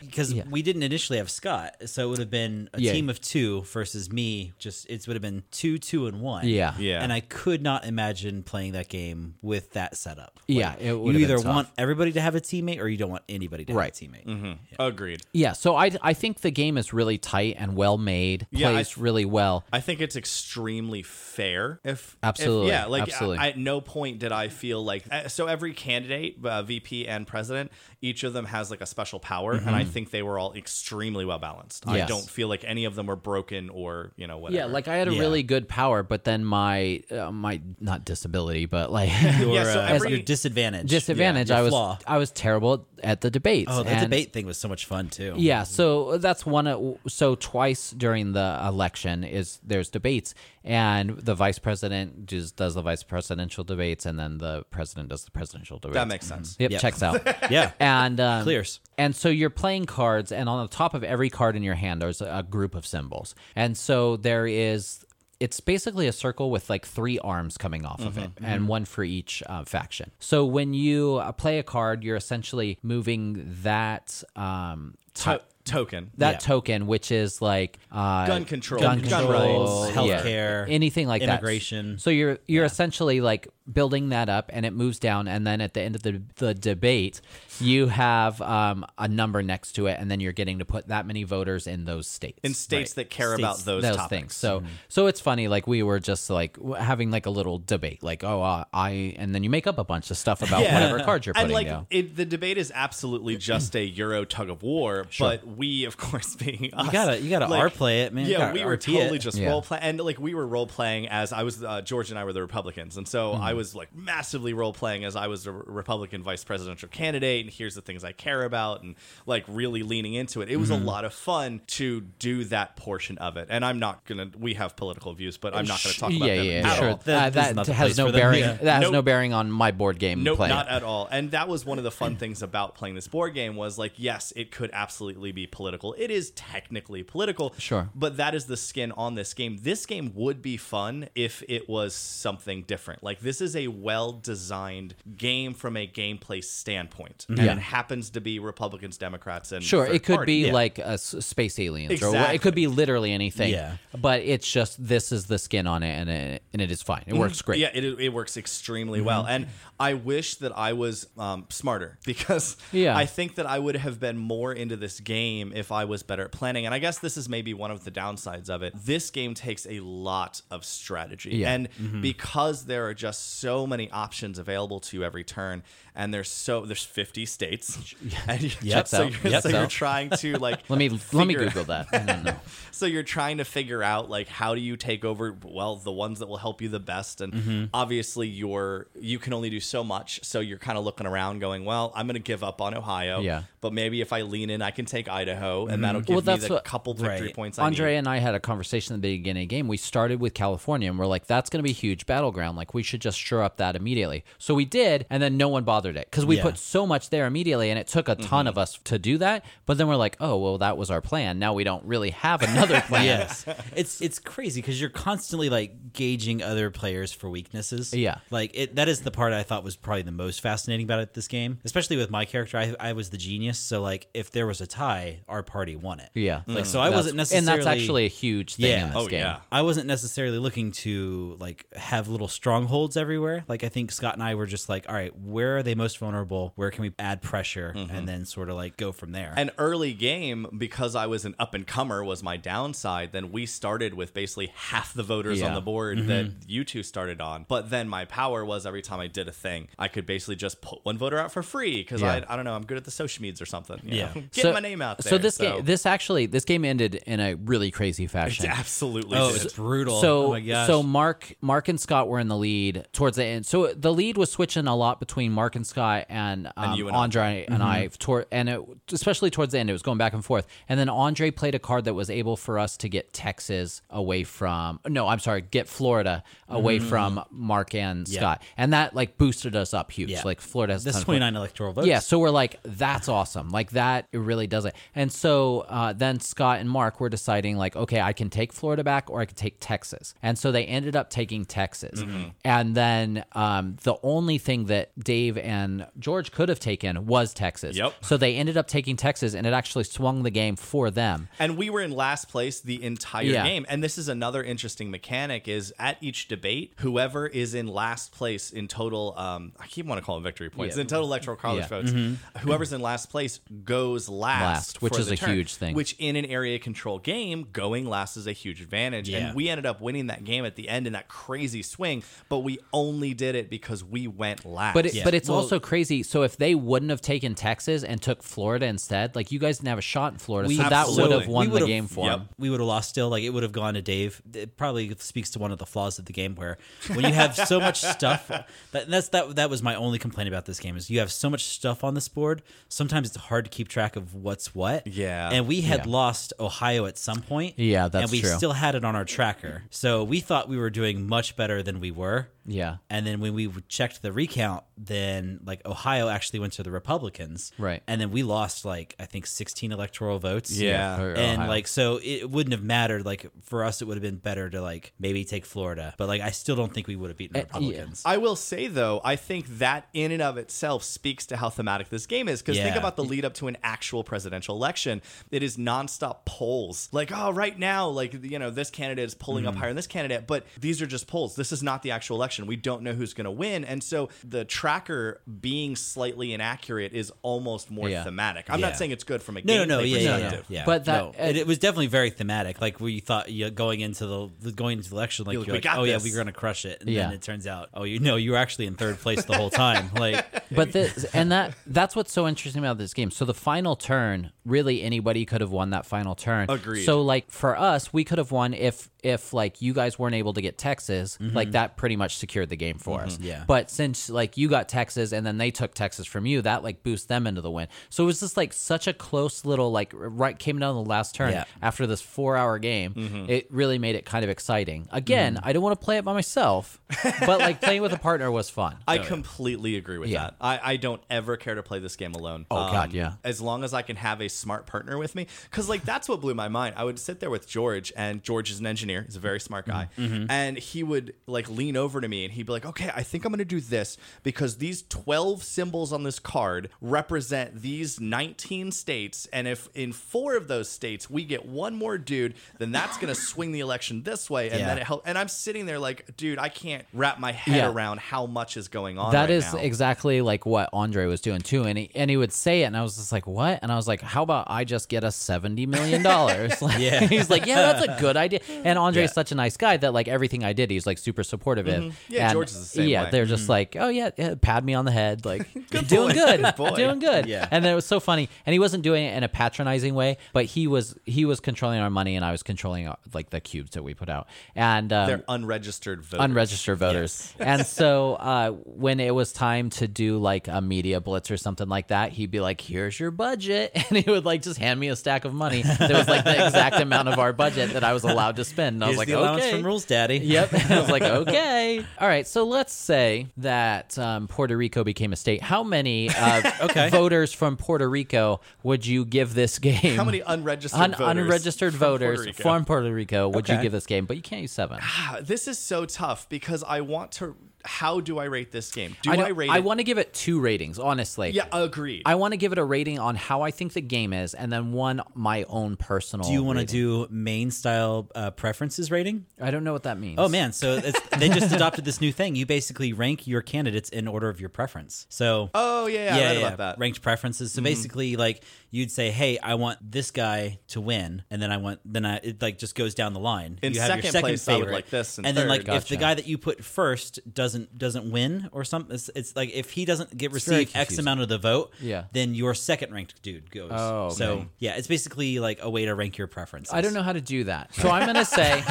S3: because we didn't initially have Scott, so it would have been a
S2: Yeah.
S3: team of two versus me. Just it would have been two, two, and one.
S2: Yeah.
S1: Yeah.
S3: And I could not imagine playing that game with that setup.
S2: Yeah, it would
S3: you
S2: have been
S3: either
S2: tough.
S3: want everybody to have a teammate or you don't want anybody to
S2: Right.
S3: have a teammate.
S1: Mm-hmm. Agreed.
S2: Yeah, so I I think the game is really tight and well made, plays
S1: Yeah, I-
S2: really well.
S1: I think it's extremely fair. If if-
S2: Absolutely,
S1: yeah, like
S2: absolutely.
S1: I, at no point did I feel like uh, so. Every candidate, uh, VP and president, each of them has like a special power, and I think they were all extremely well balanced. I
S2: Mm-hmm. Yes.
S1: don't feel like any of them were broken or you know whatever.
S2: Yeah, like I had a
S3: Yeah.
S2: really good power, but then my uh, my not disability, but like
S3: Your,
S1: Yeah, so
S3: uh,
S1: every-
S3: your disadvantage.
S2: disadvantage.
S3: Yeah, your
S2: I was
S3: flaw.
S2: I was terrible at the debates.
S3: Oh, that
S2: and-
S3: debate thing was so much fun too.
S2: Yeah, so that's one. Of, so twice during the election is there's debates, and the vice president just does the vice presidential debates, and then the president does the presidential debates.
S1: that makes sense.
S2: Yep,
S3: Yep.
S2: checks out.
S3: Yeah.
S2: and um,
S3: Clears.
S2: And so you're playing cards, and on the top of every card in your hand, there's a a group of symbols. And so there is, it's basically a circle with like three arms coming off of it,
S3: Mm-hmm.
S2: and one for each uh, faction. So when you uh, play a card, you're essentially moving that. Um,
S1: To- token.
S2: that
S3: Yeah.
S2: token, which is like uh,
S1: Gun control,
S2: gun
S1: gun
S2: control,
S1: rights,
S3: healthcare,
S2: anything like
S3: immigration.
S2: That. So you're you're essentially like building that up, and it moves down, and then at the end of the the debate, you have um, a number next to it, and then you're getting to put that many voters in those states.
S1: in states that care about
S3: States-
S1: those, topics. Mm-hmm.
S2: things. So so it's funny. Like we were just like w- having like a little debate, like oh uh, I, and then you make up a bunch of stuff about
S1: Yeah.
S2: whatever card you're putting
S1: and like
S2: down.
S1: it, the debate is absolutely just a Euro tug of war, but we, of course, being us,
S3: You gotta you gotta
S1: like,
S3: R play it, man. You
S1: Yeah,
S3: gotta
S1: we were
S3: RP it.
S1: totally just
S2: Yeah.
S1: role play, and like we were role playing as I was uh, George and I were the Republicans, and so
S2: Mm.
S1: I was like massively role playing as I was the Re- Republican vice presidential candidate, and here's the things I care about, and like really leaning into it. It was a
S2: Mm-hmm.
S1: lot of fun to do that portion of it, and I'm not gonna. We have political views, but I'm not gonna talk about
S2: yeah,
S1: them
S2: yeah,
S1: at
S2: sure.
S1: all.
S2: Uh,
S3: That- this is
S2: that
S3: not the
S2: has
S3: place
S2: no
S3: for them.
S2: bearing.
S3: Yeah.
S2: That has no
S1: Nope.
S2: bearing on my board game
S1: Nope,
S2: play.
S1: not at all. And that was one of the fun things about playing this board game was like, yes, it could absolutely be political. It is technically political.
S2: Sure.
S1: But that is the skin on this game. This game would be fun if it was something different. Like this is a well designed game from a gameplay standpoint. And
S2: Yeah.
S1: it happens to be Republicans, Democrats, and
S2: Sure,
S1: third
S2: it could
S1: party.
S2: be like a s- space aliens, or what-
S1: Exactly.
S2: it could be literally anything.
S3: Yeah.
S2: but it's just this is the skin on it, and it, and it is fine. It works great.
S1: Mm-hmm.
S2: Mm-hmm.
S1: Yeah, it, it works extremely well. And I wish that I was um, smarter because
S2: Yeah.
S1: I think that I would have been more into this game if I was better at planning. And I guess this is maybe one of the downsides of it. This game takes a lot of strategy.
S2: Yeah. Mm-hmm.
S1: And because there are just so many options available to you every turn, and there's so there's 50 states. And you,
S2: Yep.
S1: so,
S2: Checks out.
S1: you're,
S2: Yep.
S1: so you're
S2: Out.
S1: trying to like
S2: Let me let me
S1: figure-
S2: Google that. I don't know.
S1: so you're trying to figure out like how do you take over well the ones that will help you the best and
S2: Mm-hmm.
S1: obviously you're you can only do so much so you're kind of looking around going well i'm going to give up on ohio
S2: Yeah. Mm-hmm.
S1: But maybe if I lean in, I can take Idaho, and that'll give
S2: Well,
S1: me
S2: that's
S1: the
S2: what-
S1: couple victory
S3: Right.
S1: points. I
S2: Andre
S1: need.
S2: and I had a conversation at the beginning of the game. We started with California and we're like, that's going to be a huge battleground. Like, we should just shore up that immediately. So we did. And then no one bothered it because we
S3: Yeah.
S2: put so much there immediately and it took a ton of us to do that. But then we're like, oh, well, that was our plan. Now we don't really have another plan.
S3: yes it's it's crazy because you're constantly like gauging other players for weaknesses
S2: Yeah.
S3: like it that is the part i thought was probably the most fascinating about it this game especially with my character i, I was the genius so like if there was a tie our party won it
S2: Yeah.
S3: like so i wasn't
S2: That's-
S3: necessarily
S2: And that's actually a huge thing
S3: Yeah.
S2: in this
S1: Oh
S2: game.
S1: yeah.
S3: I wasn't necessarily looking to like have little strongholds everywhere. Like I think Scott and I were just like, all right, where are they most vulnerable? Where can we add pressure
S2: Mm-hmm.
S3: and then sort of like go from there?
S1: an early game because I was an up and comer was my downside. Then we started with basically half the voters on
S2: Yeah. Mm-hmm.
S1: the board that you two started on. But then my power was every time I did a thing, I could basically just put one voter out for free because
S2: Yeah.
S1: I I don't know I'm good at the social medias or something. you
S3: Yeah.
S1: know? get my name out there.
S2: So this game, this actually, this game ended in a really crazy fashion.
S1: absolutely
S3: oh,
S1: did.
S3: it's brutal.
S2: So,
S3: oh my gosh.
S2: so Mark, Mark and Scott were in the lead towards the end. So the lead was switching a lot between Mark and Scott and, um,
S1: you and I.
S2: Andre and I.
S3: Mm-hmm.
S2: Toward, and it, especially towards the end, it was going back and forth. And then Andre played a card that was able for us to get Texas away from. No, I'm sorry, get Florida away
S3: Mm-hmm.
S2: from Mark and Scott, and that like boosted us up huge.
S3: Yeah.
S2: Like Florida has a
S3: this
S2: ton of
S3: 29 electoral votes.
S2: yeah, so we're like, that's awesome. Like that, it really does it. And so uh, then Scott and Mark were deciding, like, okay, I can take Florida back or I can take Texas. And so they ended up taking Texas.
S3: Mm-hmm.
S2: And then um, the only thing that Dave and George could have taken was Texas.
S1: Yep.
S2: So they ended up taking Texas, and it actually swung the game for them.
S1: and we were in last place the entire
S2: Yeah.
S1: game and this is another interesting mechanic is at each debate whoever is in last place in total um, i keep want to call it victory points
S2: Yeah.
S1: in total electoral college
S2: Yeah. Mm-hmm.
S1: votes whoever's in last place goes last,
S2: Last, which
S1: for
S2: is
S1: the
S2: a
S1: turn,
S2: huge thing.
S1: which in an area control game going last is a huge advantage
S3: Yeah.
S1: and we ended up winning that game at the end in that crazy swing but we only did it because we went last
S2: But it,
S3: Yeah.
S2: but it's
S3: Well-
S2: also crazy. So if they wouldn't have taken Texas and took Florida instead, like you guys didn't have a shot in Florida, so that would
S1: absolutely.
S2: have won
S3: we
S2: the
S3: would've-
S2: game for
S1: Yep.
S2: them.
S3: We would have lost still. Like it would have gone to Dave. It probably speaks to one of the flaws of the game where when you have so much stuff, that, that's that that was my only complaint about this game is you have so much stuff on this board. Sometimes it's hard to keep track of what's what.
S1: Yeah.
S3: And we had
S2: Yeah.
S3: lost Ohio at some point.
S2: Yeah, that's
S3: And we
S2: true.
S3: still had it on our tracker, so we thought we were doing much better than we were.
S2: Yeah.
S3: And then when we checked the recount, then like Ohio actually went to the Republicans.
S2: Right.
S3: And then we lost like I think 16 electoral votes.
S1: Yeah.
S2: Or
S3: And
S2: Ohio.
S3: like so it wouldn't have mattered like for us it would have been better to like maybe take Florida. But like I still don't think we would have beaten the
S2: Uh, yeah.
S3: Republicans.
S1: I will say though, I think that in and of itself speaks to how thematic this game is. Because think
S3: Yeah.
S1: about the lead up to an actual presidential election. It is nonstop polls. Like, oh, right now, like you know, this candidate is pulling
S3: Mm-hmm.
S1: up higher than this candidate, but these are just polls. This is not the actual election. We don't know who's gonna win. And so the tracker being slightly inaccurate is almost more
S2: Yeah.
S1: thematic. I'm
S3: Yeah.
S1: not saying it's good from a
S3: No,
S1: game
S3: no, no, yeah, yeah, yeah,
S1: perspective.
S3: yeah.
S2: But that- eh,
S3: no. it, it was definitely very thematic. Like where you thought you know, going into the- the going into the election, like,
S1: You're
S3: you're
S1: like,
S3: like,
S1: "We got
S3: oh yeah,
S1: this."
S3: we're gonna crush it, and
S2: Yeah.
S3: then it turns out, oh you know, you were actually in third place the whole time. Like
S2: but this and that that's what's so interesting about this game so the final turn really anybody could have won that final turn
S1: Agreed.
S2: so like for us we could have won if if like you guys weren't able to get texas like that pretty much secured the game for us
S3: Yeah.
S2: but since like you got texas and then they took texas from you that like boosts them into the win so it was just like such a close little like right came down the last turn
S3: Yeah.
S2: after this four hour game it really made it kind of exciting again i don't want to play it by myself but like playing with a partner was fun
S1: I completely agree with
S2: Yeah.
S1: that. I, I don't ever care to play this game alone. Oh
S2: God, yeah.
S1: As long as I can have a smart partner with me, because like that's what blew my mind. I would sit there with George, and George is an engineer. He's a very smart guy,
S2: Mm-hmm.
S1: and he would like lean over to me and he'd be like, "Okay, I think I'm going to do this because these 12 symbols on this card represent these 19 states, and if in four of those states we get one more dude, then that's going to swing the election this way, and
S3: Yeah.
S1: then it helps." And I'm sitting there like, "Dude, I can't wrap my head
S2: Yeah.
S1: around how much is going on."
S2: That
S1: right
S2: is
S1: now.
S2: exactly like what Andre was doing too, and he and he would say it, and I was just like, "What?" And I was like, "How about I just get us seventy million dollars?" Like,
S3: Yeah.
S2: he's like, "Yeah, that's a good idea." And Andre is such a nice guy that like everything I did, he's like super supportive of.
S1: Mm-hmm. Yeah,
S2: And,
S1: George is the same
S2: Yeah,
S1: way.
S2: they're just like, "Oh yeah, yeah, pat me on the head, like doing
S1: boy,
S2: good,
S1: good boy."
S2: doing good."
S3: Yeah.
S2: and then it was so funny, and he wasn't doing it in a patronizing way, but he was he was controlling our money, and I was controlling uh, like the cubes that we put out, and um,
S1: They're unregistered voters.
S2: unregistered voters. and so uh, when it was time to do like a media blitz or something like that, he'd be like, like, "Here's your budget," and he would like just hand me a stack of money that was like the exact amount of our budget that I was allowed to spend. And I was
S3: Here's
S2: like,
S3: the allowance
S2: "Okay."
S3: from rules, daddy.
S2: Yep. I was like, okay. All right. So let's say that um, Puerto Rico became a state. How many uh,
S3: Okay.
S2: voters from Puerto Rico would you give this game?
S1: How many unregistered
S2: Un-
S1: voters
S2: unregistered
S1: from Puerto
S2: voters
S1: Rico?
S2: from Puerto Rico would you
S3: Okay.
S2: give this game? But you can't use seven.
S1: Ah, this is so tough because I want to. How do I rate this game? Do
S2: I,
S1: I,
S2: don't-
S1: rate?
S2: I
S1: it?
S2: want to give it two ratings, honestly.
S1: Yeah, agreed.
S2: I want to give it a rating on how I think the game is, and then one my own personal.
S3: Do you want to
S2: rating.
S3: do main style uh, preferences rating?
S2: I don't know what that means.
S3: Oh man, so it's, they just adopted this new thing. You basically rank your candidates in order of your preference. So
S1: oh yeah, yeah, I read about that. Mm-hmm.
S3: ranked preferences. So basically, like you'd say, "Hey, I want this guy to win," and then I want then I it like just goes down the line.
S1: In
S3: you have your
S1: second
S3: second
S1: place, I would
S3: favorite,
S1: like this, and
S3: then like
S1: third-
S3: if the
S2: Gotcha.
S3: guy that you put first doesn't doesn't win or something, it's, it's like if he doesn't get
S2: very
S3: receive X
S2: confusing.
S3: amount of the vote,
S2: Yeah.
S3: then your second ranked dude goes.
S2: Oh, okay.
S3: so yeah, it's basically like a way to rank your preferences.
S2: I don't know how to do that. So I'm gonna say.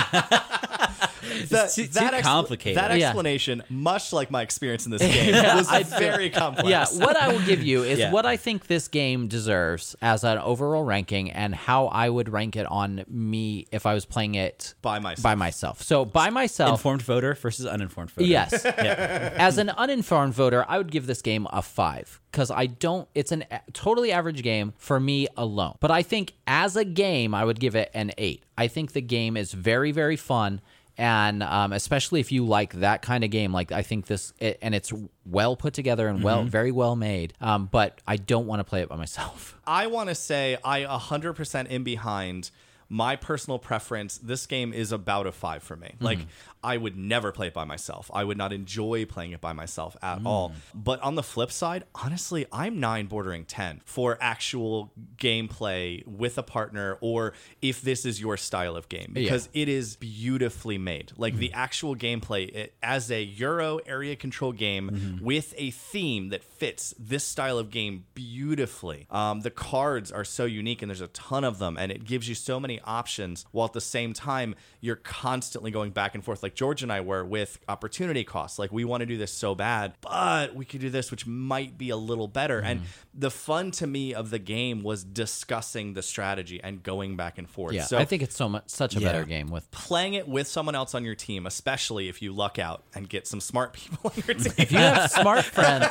S1: That-
S3: too- too
S1: that expla-
S3: complicated.
S1: That
S2: Yeah.
S1: explanation, much like my experience in this game, was very complex.
S2: Yeah, what I will give you is
S3: Yeah.
S2: what I think this game deserves as an overall ranking and how I would rank it on me if I was playing it
S1: By myself.
S2: By myself. So by myself,
S3: Informed voter versus uninformed voter.
S2: yes.
S3: Yeah.
S2: as an uninformed voter, I would give this game a five because I don't. It's an a- totally average game for me alone. But I think as a game, I would give it an eight. I think the game is very, very fun. And um, especially if you like that kind of game, like I think this, it, and it's well put together and well, very well made. Um, but I don't want to play it by myself.
S1: I want to say I 100% in behind my personal preference. This game is about a five for me. Like, I would never play it by myself. I would not enjoy playing it by myself at all. But on the flip side, honestly, I'm nine bordering 10 for actual gameplay with a partner or if this is your style of game because it is beautifully made. Like, the actual gameplay it, as a Euro area control game
S2: Mm-hmm.
S1: with a theme that fits this style of game beautifully. Um, the cards are so unique, and there's a ton of them, and it gives you so many options. While at the same time, you're constantly going back and forth, like George and I were with opportunity costs. Like we want to do this so bad, but we could do this, which might be a little
S2: Mm-hmm.
S1: better. And the fun to me of the game was discussing the strategy and going back and forth.
S2: Yeah,
S1: so
S2: I think it's so much such a better game with.
S1: playing it with someone else on your team, especially if you luck out and get some smart people on your team.
S2: If you have smart friends,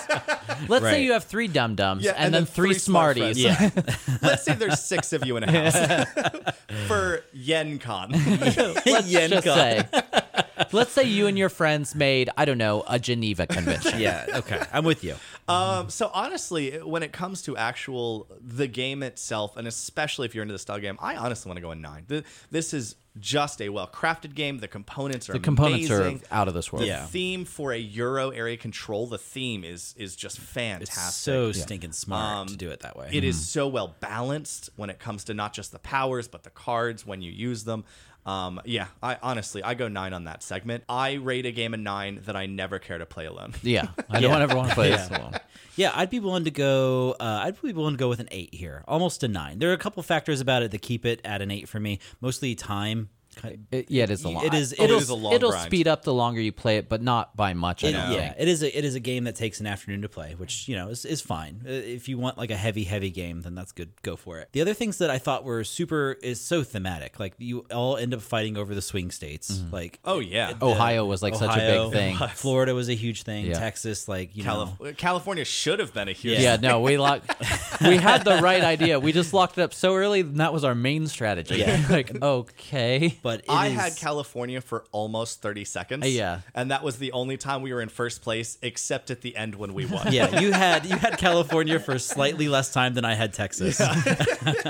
S2: let's say
S3: Right.
S2: you have three dum dums
S1: Yeah,
S2: and, then, three,
S1: smart
S2: smarties.
S1: friends.
S3: Yeah.
S1: Let's say there's six of you in a house for Yen Con.
S2: let's
S3: Yen
S2: just
S3: Con.
S2: say, let's say you and your friends made, I don't know, a Geneva convention.
S3: yeah. Okay. I'm with you.
S1: Um, so honestly, when it comes to actual the game itself, and especially if you're into the style game, I honestly want to go in nine. Th- This is just a well-crafted game. The components are
S2: The components
S1: amazing.
S2: are out of this world.
S1: The
S3: Yeah.
S1: theme for a Euro area control, the theme is is just fantastic.
S3: So stinking smart
S1: Um,
S3: to do it that way.
S1: It is so well balanced when it comes to not just the powers but the cards when you use them. Um, yeah, I honestly I go nine on that segment. I rate a game a nine that I never care to play alone.
S2: Yeah. I don't ever want to play this alone.
S3: Yeah, I'd be willing to go. Uh, I'd be willing to go with an eight here, almost a nine. There are a couple factors about it that keep it at an eight for me. Mostly time.
S2: It, yeah, it is a long.
S3: It is- it
S2: It'll,
S1: is a long
S2: it'll
S1: grind.
S2: speed up the longer you play it, but not by much. I
S3: It-
S2: don't
S3: yeah,
S2: think.
S3: it is. A, it is a game that takes an afternoon to play, which you know is, is fine. Uh, If you want like a heavy, heavy game, then that's good. Go for it. The other things that I thought were super is so thematic. Like you all end up fighting over the swing states. Like
S1: Oh yeah.
S2: Ohio was Mm-hmm. like such a
S3: Ohio,
S2: big thing.
S3: Florida was a huge thing.
S2: Yeah.
S3: Texas, like you know,
S1: Calif- California should have been a huge.
S2: Yeah, no, we locked. we had the right idea. We just locked it up so early, and that was our main strategy.
S3: Yeah.
S2: like, okay,
S3: but it
S1: I
S3: is- Uh,
S1: had California for almost 30 seconds.
S2: yeah.
S1: And that was the only time we were in first place, except at the end when we won.
S3: yeah, you had you had California for slightly less time than I had Texas. Yeah,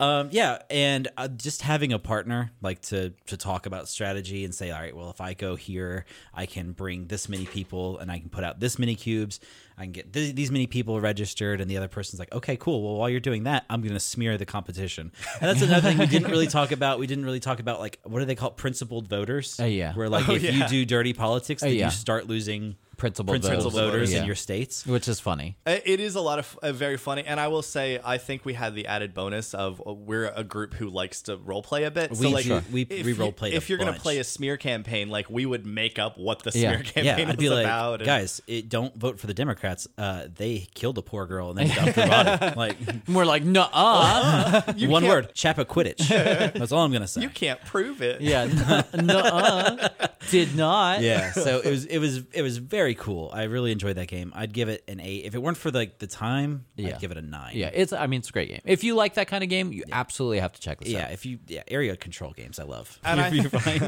S3: um, yeah and uh, just having a partner like to to talk about strategy and say, all right, well, if I go here, I can bring this many people and I can put out this many cubes. I can get th- these many people registered, and the other person's like, okay, cool. Well, while you're doing that, I'm going to smear the competition. And that's another thing we didn't really talk about. We didn't really talk about like what do they call principled voters?
S2: Oh, yeah. Oh,
S3: where like if
S1: yeah.
S3: you do dirty politics, then
S2: yeah.
S3: you start losing
S2: principal,
S3: principal
S2: vote,
S3: voters
S1: voters,
S3: in
S1: yeah.
S3: your states.
S2: which is funny.
S1: Uh, It is a lot of uh, very funny, and I will say I think we had the added bonus of uh, we're a group who likes to role play a bit. so
S3: We
S1: like
S3: do- we-
S1: if
S3: we
S1: you-
S3: roleplayed a
S1: If you're gonna
S3: bunch.
S1: play a smear campaign, like we would make up what the
S2: Yeah.
S1: smear
S3: Yeah,
S1: campaign was
S3: I'd be like,
S1: about. and-
S3: guys, it, don't vote for the Democrats. Uh, they killed a poor girl and then dumped her body. Like
S2: And we're like, nuh-uh.
S1: You
S3: one
S1: can't-
S3: word, Chappaquiddick. That's all I'm gonna say.
S1: you can't prove it.
S2: yeah, n- nuh-uh. Did not.
S3: yeah so it was it was it was very cool i really enjoyed that game i'd give it an eight if it weren't for like the time
S2: Yeah.
S3: i'd give it a nine
S2: Yeah, it's. I mean, it's a great game. If you like that kind of game, you absolutely have to check this
S3: yeah
S2: out.
S3: if you yeah area control games i love
S1: And I-
S3: You're fine.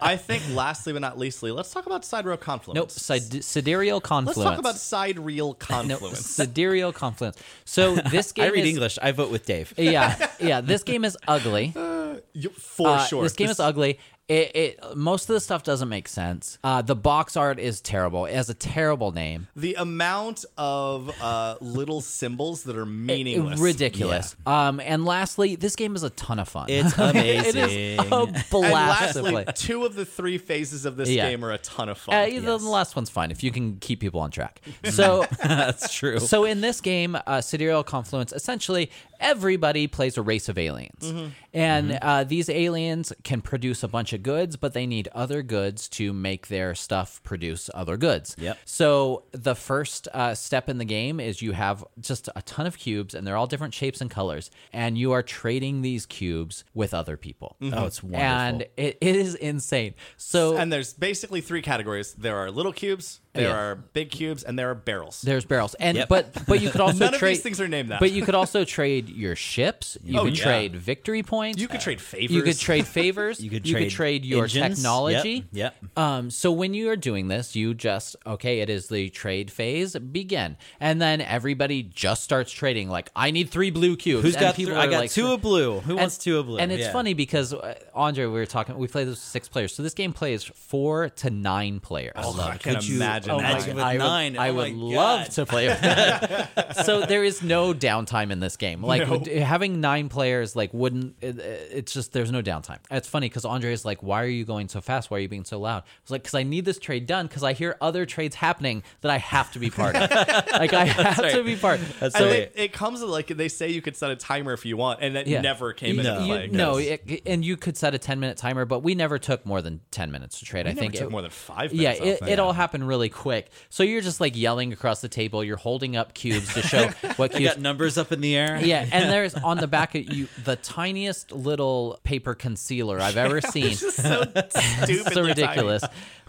S1: I think lastly but not leastly, let's talk about side row confluence.
S2: Nope. Sid- sidereal confluence.
S1: Let's talk about side reel confluence.
S2: sidereal confluence. So this game.
S3: i read
S2: is-
S3: english i vote with dave
S2: Yeah, yeah. This game is ugly.
S1: You- For
S2: Uh,
S1: sure.
S2: This game is ugly. It, it most of the stuff doesn't make sense. Uh, the box art is terrible. It has a terrible name.
S1: the amount of uh, little symbols that are meaningless.
S2: Ridiculous. Um, and lastly, this game is a ton of fun.
S3: it's
S2: it
S3: amazing
S2: is a
S1: And
S2: blast to
S1: lastly,
S2: play. Uh,
S1: two of the three phases of this
S2: Yeah.
S1: game are a ton of
S2: Uh,
S1: fun.
S2: The last one's fine if you can keep people on track. So
S3: that's true
S2: So in this game, uh, Sidereal Confluence, essentially everybody plays a race of aliens,
S3: Mm-hmm.
S2: and uh, these aliens can produce a bunch of goods, but they need other goods to make their stuff produce other goods.
S3: Yep.
S2: So the first uh, step in the game is you have just a ton of cubes, and they're all different shapes and colors, and you are trading these cubes with other people.
S3: oh it's wonderful
S2: And it, it is insane. So
S1: And there's basically three categories. There are little cubes, there
S2: Yeah.
S1: are big cubes, and there are barrels.
S2: There's barrels, and
S3: Yep.
S2: but but you could also
S1: None of
S2: trade
S1: these things are named that.
S2: But you could also trade your ships. You
S1: Oh,
S2: could
S1: yeah.
S2: trade victory points.
S1: you could trade favors.
S2: you could trade favors.
S3: you could,
S2: you
S3: trade
S2: could trade your
S3: engines. Yep,
S2: technology.
S3: yep,
S2: Um, so when you are doing this, you just okay. It is the trade phase. Begin, and then everybody just starts trading. Like I need three blue cubes.
S3: who's
S2: and
S3: got
S2: people
S3: three i
S2: are
S3: got
S2: like,
S3: two of blue who wants two of blue
S2: and it's
S3: Yeah.
S2: funny because uh, Andre, we were talking. We play this with six players, so this game plays four to nine players.
S1: Oh, I
S3: Could
S1: can't
S3: you-
S1: imagine.
S3: oh
S1: that.
S3: my
S2: God.
S3: with
S2: I would,
S3: nine.
S2: I
S3: Oh
S2: would
S3: my
S2: love
S3: God.
S2: to play with that. so there is no downtime in this game. Like
S1: No.
S2: d- having nine players, like wouldn't. It, it's just there's no downtime. It's funny because Andre is like, "Why are you going so fast? Why are you being so loud?" I was like, "Because I need this trade done. Because I hear other trades happening that I have to be part of. like I have to
S3: right.
S2: be part."
S3: That's
S1: And
S3: right.
S1: they- it comes with, like they say you could set a timer if you want, and that
S2: Yeah.
S1: never came
S2: You-
S1: into
S2: you-
S1: play.
S2: No, it, and you could set a 10 minute timer, but we never took more than 10 minutes to trade. I
S1: It
S2: think
S1: never took more than five.
S2: yeah,
S1: Minutes off
S2: it,
S1: that.
S2: it all happened really quick. So you're just like yelling across the table. You're holding up cubes to show what
S3: i
S2: cubes.
S3: got numbers up in the air
S2: Yeah, and there's on the back of you the tiniest little paper concealer I've ever seen.
S1: It's so stupid.
S2: so ridiculous.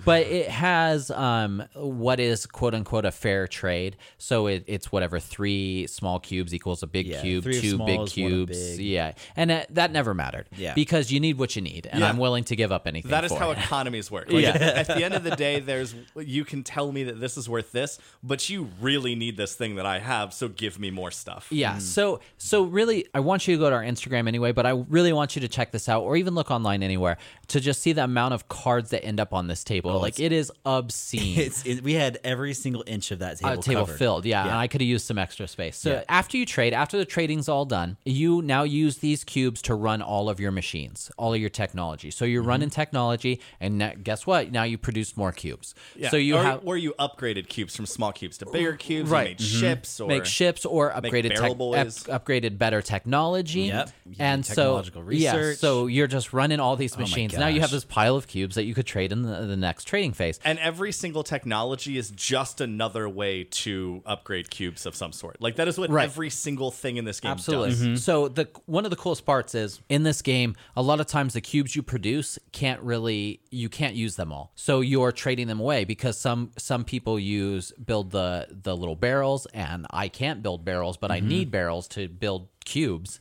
S2: But it has um, what is quote unquote a fair trade. So it, it's whatever three small cubes equals a big
S3: Yeah,
S2: cube,
S3: three of
S2: two
S3: small
S2: big
S3: is one of
S2: cubes.
S3: big.
S2: Yeah, and uh, that, that never mattered.
S3: Yeah.
S2: because you need what you need, and
S1: Yeah.
S2: I'm willing to give up anything.
S1: That is
S2: for
S1: how
S2: it.
S1: economies work. Like,
S2: Yeah.
S1: At the end of the day, there's you can tell me that this is worth this, but you really need this thing that I have, so give me more stuff.
S3: Mm.
S2: Yeah. So so really I want you to go to our Instagram anyway, but I really want you to check this out or even look online anywhere to just see the amount of cards that end up on this table. like it is obscene.
S3: Oh, it's it, we had every single inch of that table,
S2: uh, table
S3: covered.
S2: filled. Yeah, and I could have used some extra space. So
S3: Yeah.
S2: after you trade, after the trading's all done, you now use these cubes to run all of your machines, all of your technology. So you're
S3: Mm-hmm.
S2: running technology, and now, guess what? Now you produce more cubes.
S1: Yeah.
S2: So you
S1: or,
S2: have
S1: or you upgraded cubes from small cubes to bigger cubes,
S2: Right. mm-hmm.
S1: You made ships, or
S2: make ships or upgraded
S1: barrel
S2: tech-
S1: boys.
S2: up- upgraded better technology.
S3: Yep. You can
S2: And
S3: do
S2: so
S3: technological
S2: yeah,
S3: research. Oh
S2: so you're just running all these machines. now you have this
S3: gosh.
S2: pile of cubes that you could trade in the, the next trading phase.
S1: And every single technology is just another way to upgrade cubes of some sort. Like that is what
S2: Right.
S1: every single thing in this game
S2: Absolutely. Mm-hmm.
S1: does.
S2: So the one of the coolest parts is in this game, a lot of times the cubes you produce can't really you can't use them all. So you're trading them away because some some people use build the the little barrels and I can't build barrels, but I need barrels to build cubes.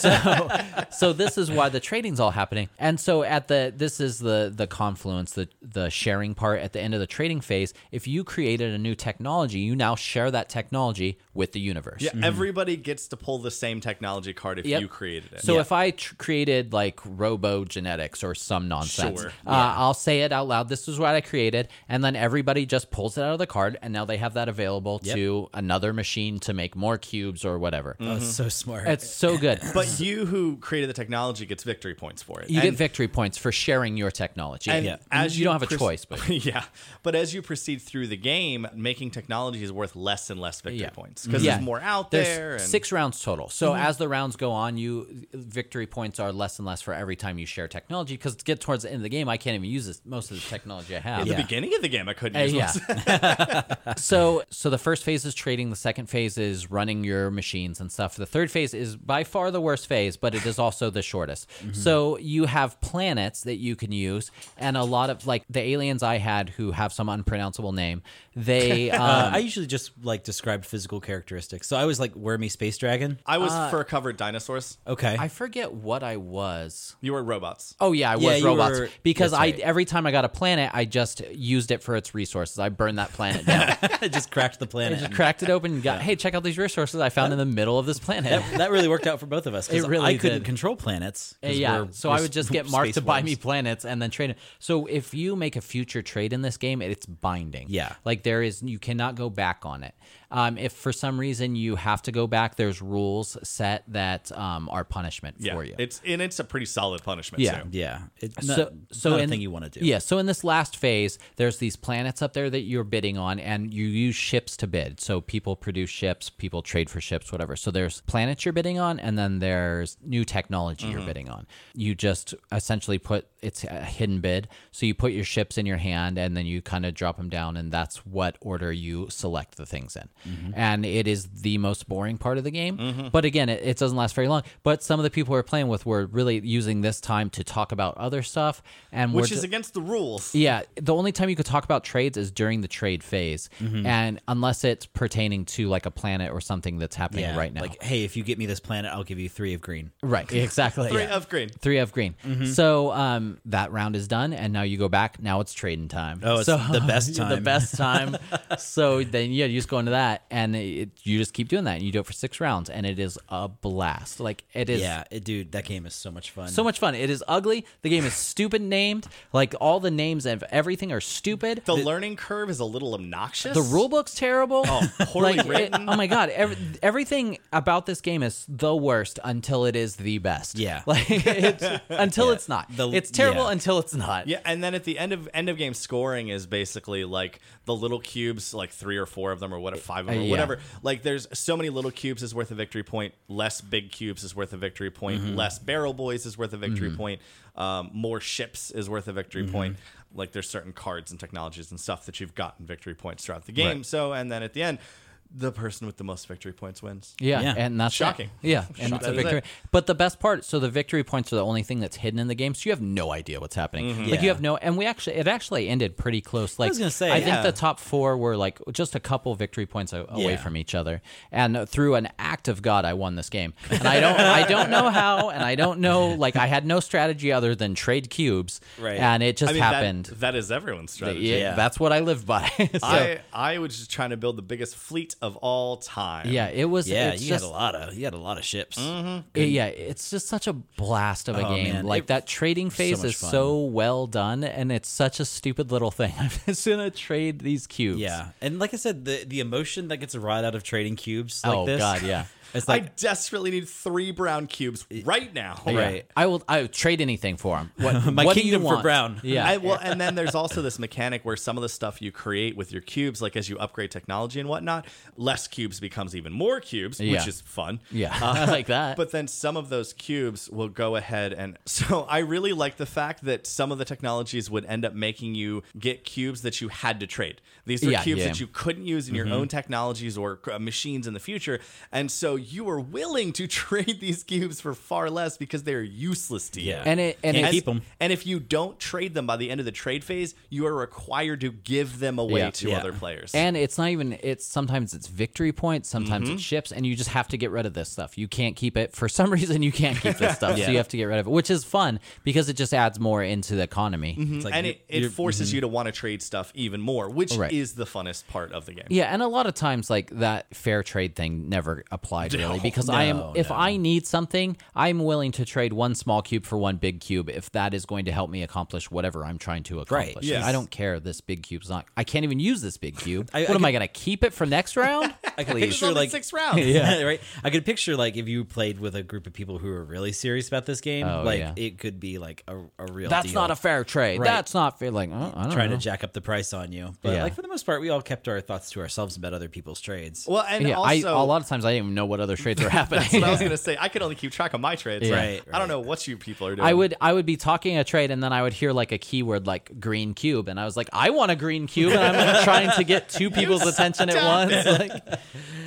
S2: So so this is why the trading's all happening. And so at the this is the the confluence, the the sharing part at the end of the trading phase, if you created a new technology, you now share that technology with the universe.
S1: Yeah, everybody gets to pull the same technology card if
S2: Mm-hmm. Yep.
S1: you created it.
S2: So if I tr- created like robo genetics or some nonsense,
S1: Sure.
S2: uh, I'll say it out loud. This is what I created, and then everybody just pulls it out of the
S1: Mm.
S2: card, and now they have that available to another machine to make more cubes or whatever.
S3: Oh, it's so smart.
S2: It's so good.
S1: But you who created the technology gets victory points for it.
S2: you
S1: And-
S2: get victory points for sharing your technology.
S1: And
S3: Yeah.
S2: as you, don't have a
S1: proce-
S2: choice, but
S1: yeah, but as you proceed through the game, making technology is worth less and less victory
S2: Yeah. Mm-hmm.
S1: points because
S2: Yeah.
S1: there's more out
S2: There's
S1: there. And Mm-hmm.
S2: six rounds total. So as the rounds go on, you victory points are less and less for every time you share technology. Because to get towards the end of the game, I can't even use this, most of the technology I have.
S1: at the beginning of the game, I couldn't
S2: Uh,
S1: use
S2: yeah.
S1: yeah.
S2: so so the first phase is trading. The second phase is running your machines and stuff. The third phase is by far the worst phase, but it is also the shortest.
S3: Mm-hmm.
S2: So you have planets that you can use, and a lot of like the aliens I had who have some unpronounceable name. They
S3: Uh,
S2: um,
S3: I usually just like described physical characteristics. So I was like wormy space dragon.
S1: I was
S2: Uh,
S1: fur covered dinosaurs.
S3: Okay.
S2: I forget what I was.
S1: You were robots.
S2: Oh yeah, I
S3: Yeah,
S2: was
S3: you
S2: robots
S3: were-
S2: because
S3: that's
S2: I
S3: right.
S2: every time I got a planet, I just used it for its resources. I burned that planet down,
S3: I just cracked the planet.
S2: just cracked it open, and got hey, check out these resources I found in the middle of this planet.
S3: that really worked out for both of us. 'cause
S2: It really
S3: I couldn't
S2: did. Uh,
S3: control planets. 'cause
S2: Eh, yeah,
S3: we're-
S2: so
S3: we're
S2: I would just
S3: s-
S2: get Mark
S3: space
S2: to buy
S3: worms.
S2: me planets and then trade it. So if you make a future trade in this game, it's binding.
S3: Yeah.
S2: like there is you cannot go back on it. Um, if for some reason you have to go back, there's rules set that um, are punishment
S1: Yeah,
S2: for you.
S1: it's and it's a pretty solid punishment.
S2: Yeah.
S1: too.
S3: Yeah. It's not,
S2: so, so
S3: not
S2: in,
S3: a thing you want to do.
S2: Yeah. So in this last phase, there's these planets up there that you're bidding on, and you use ships to bid. So people produce ships, people trade for ships, whatever. So there's planets you're bidding on, and then there's new technology
S1: Mm-hmm.
S2: you're bidding on. You just essentially put it's a hidden bid. So you put your ships in your hand, and then you kind of drop them down, and that's what order you select the things in.
S1: Mm-hmm.
S2: And it is the most boring part of the game. But again, it, it doesn't last very long. But some of the people we're playing with were really using this time to talk about other stuff, and
S1: which
S2: we're
S1: is
S2: ju-
S1: against the rules.
S2: yeah, the only time you could talk about trades is during the trade phase,
S3: Mm-hmm.
S2: and unless it's pertaining to like a planet or something that's happening
S3: Yeah,
S2: right now.
S3: Like, hey, if you get me this planet, I'll give you three of green.
S2: right, exactly.
S1: Three
S2: yeah.
S1: of green.
S2: Three of green.
S3: Mm-hmm.
S2: So um, that round is done, and now you go back. Now it's trading time.
S3: Oh, it's
S2: so,
S3: the best
S2: the
S3: time.
S2: best time. so then yeah, you just go into that, and it, you just keep doing that, and you do it for six rounds, and it is a blast. Like it is
S3: Yeah. it- dude, that game is so much fun.
S2: so much fun. It is ugly. The game is stupid named. Like all the names of everything are stupid.
S1: The learning curve is a little obnoxious.
S2: The rule book's terrible. Oh,
S1: poorly written.
S2: oh my god, ev- everything about this game is the worst until it is the best.
S3: Yeah.
S2: like it's, until it's not.
S3: The-
S2: it's terrible
S3: yeah.
S2: until it's not.
S1: Yeah, and then at the end of end of game scoring is basically like the little cubes, like three or four of them, or what five of them, or
S2: Eh, yeah.
S1: whatever. Like there's so many little cubes is worth a victory point. Less big cubes is worth a victory point.
S2: Mm-hmm.
S1: Less barrel boys is worth a victory point. Um, more ships is worth a victory
S2: Mm-hmm.
S1: point. Like there's certain cards and technologies and stuff that you've gotten victory points throughout the game. So and then at the end, the person with the most victory points wins.
S2: Yeah,
S3: Yeah.
S2: and that's it.
S1: Shocking.
S2: Yeah, and it's a
S1: That is it.
S2: victory. But the best part, so the victory points are the only thing that's hidden in the game, so you have no idea what's happening.
S1: Mm-hmm.
S2: Like you
S3: Yeah.
S2: have no, and we actually, it actually ended pretty close. Like I
S3: was gonna say,
S2: think
S3: yeah.
S2: the top four were like just a couple victory points a- away
S3: Yeah.
S2: from each other, and through an act of God, I won this game. And I don't, I don't know how, and I don't know, like I had no strategy other than trade cubes,
S3: Right.
S2: And it just
S1: I mean, that-
S2: happened.
S1: that is everyone's strategy.
S2: yeah,
S3: Yeah.
S2: that's what I live by. so,
S1: I, I was just trying to build the biggest fleet of all time.
S2: yeah, it was.
S3: Yeah,
S2: it's
S3: you
S2: just, Mm-hmm.
S3: had a lot of you had a lot of ships.
S2: It- yeah, it's just such a blast of a
S3: Oh,
S2: game.
S3: man,
S2: Like
S3: it-
S2: that trading phase
S3: much
S2: is
S3: fun.
S2: so well done, and it's such a stupid little thing. I'm just gonna trade these cubes.
S3: Yeah, and like I said, the the emotion that gets a ride out of trading cubes. Like
S2: Oh
S3: this,
S2: god, yeah.
S3: It's
S1: I
S3: like
S1: desperately need three brown cubes right now.
S3: Right.
S2: I will. I would trade anything for them. What,
S3: My
S2: what do you
S3: kingdom for
S2: want?
S3: brown.
S2: Yeah.
S1: I- well, and then there's also this mechanic where some of the stuff you create with your cubes, like as you upgrade technology and whatnot, less cubes becomes even more cubes,
S2: Yeah.
S1: which is fun.
S2: yeah.
S3: Uh,
S2: I like that.
S1: But then some of those cubes will go ahead and so I really like the fact that some of the technologies would end up making you get cubes that you had to trade. These were
S2: Yeah,
S1: cubes
S2: yeah.
S1: that you couldn't use in your own technologies or uh, machines in the future, and so you were willing to trade these cubes for far less because they're useless to you.
S3: Yeah.
S2: and it and
S3: Can't
S2: it
S3: keep 'em.
S1: And if you don't trade them by the end of the trade phase, you are required to give them away
S2: Yeah.
S1: to
S3: Yeah.
S1: other players.
S2: And it's not even it's sometimes it's victory points, sometimes
S3: Mm-hmm.
S2: it's ships, and you just have to get rid of this stuff. You can't keep it for some reason. You can't keep this stuff, so
S3: Yeah.
S2: you have to get rid of it, which is fun because it just adds more into the economy.
S3: it's like
S1: and
S3: you-
S1: it, it
S3: you're-
S1: forces you to want to trade stuff even more, which
S2: Right.
S1: is the funnest part of the game.
S2: Yeah, and a lot of times like that fair trade thing never applied really because I am
S3: no,
S2: if
S3: no.
S2: I need something, I'm willing to trade one small cube for one big cube if that is going to help me accomplish whatever I'm trying to accomplish.
S3: yes.
S2: I don't care this big cube's not I can't even use this big cube.
S3: I-
S2: what
S3: I
S2: am I going to keep it for next round?
S3: I
S2: Exactly.
S3: could
S1: It's
S3: picture
S1: only
S3: like
S1: six rounds.
S3: yeah, right. I could picture like if you played with a group of people who were really serious about this game,
S2: Oh,
S3: like
S2: yeah.
S3: it could be like a, a real.
S2: That's
S3: deal.
S2: not a fair trade.
S3: Right.
S2: That's not fair. Like, oh, I don't
S3: trying
S2: know.
S3: to jack up the price on you. But
S2: Yeah.
S3: like for the most part, we all kept our thoughts to ourselves about other people's trades.
S1: Well, and
S2: yeah, I,
S1: also
S2: a lot of times I didn't even know what other trades were happening.
S1: That's what I was gonna say. I could only keep track of my trades.
S2: Yeah.
S1: Right,
S3: Right,
S1: I don't
S3: right.
S1: know what you people are doing.
S2: I would I would be talking a trade and then I would hear like a keyword like green cube and I was like I want a green cube and I'm trying to get two people's attention at
S1: stop
S2: once like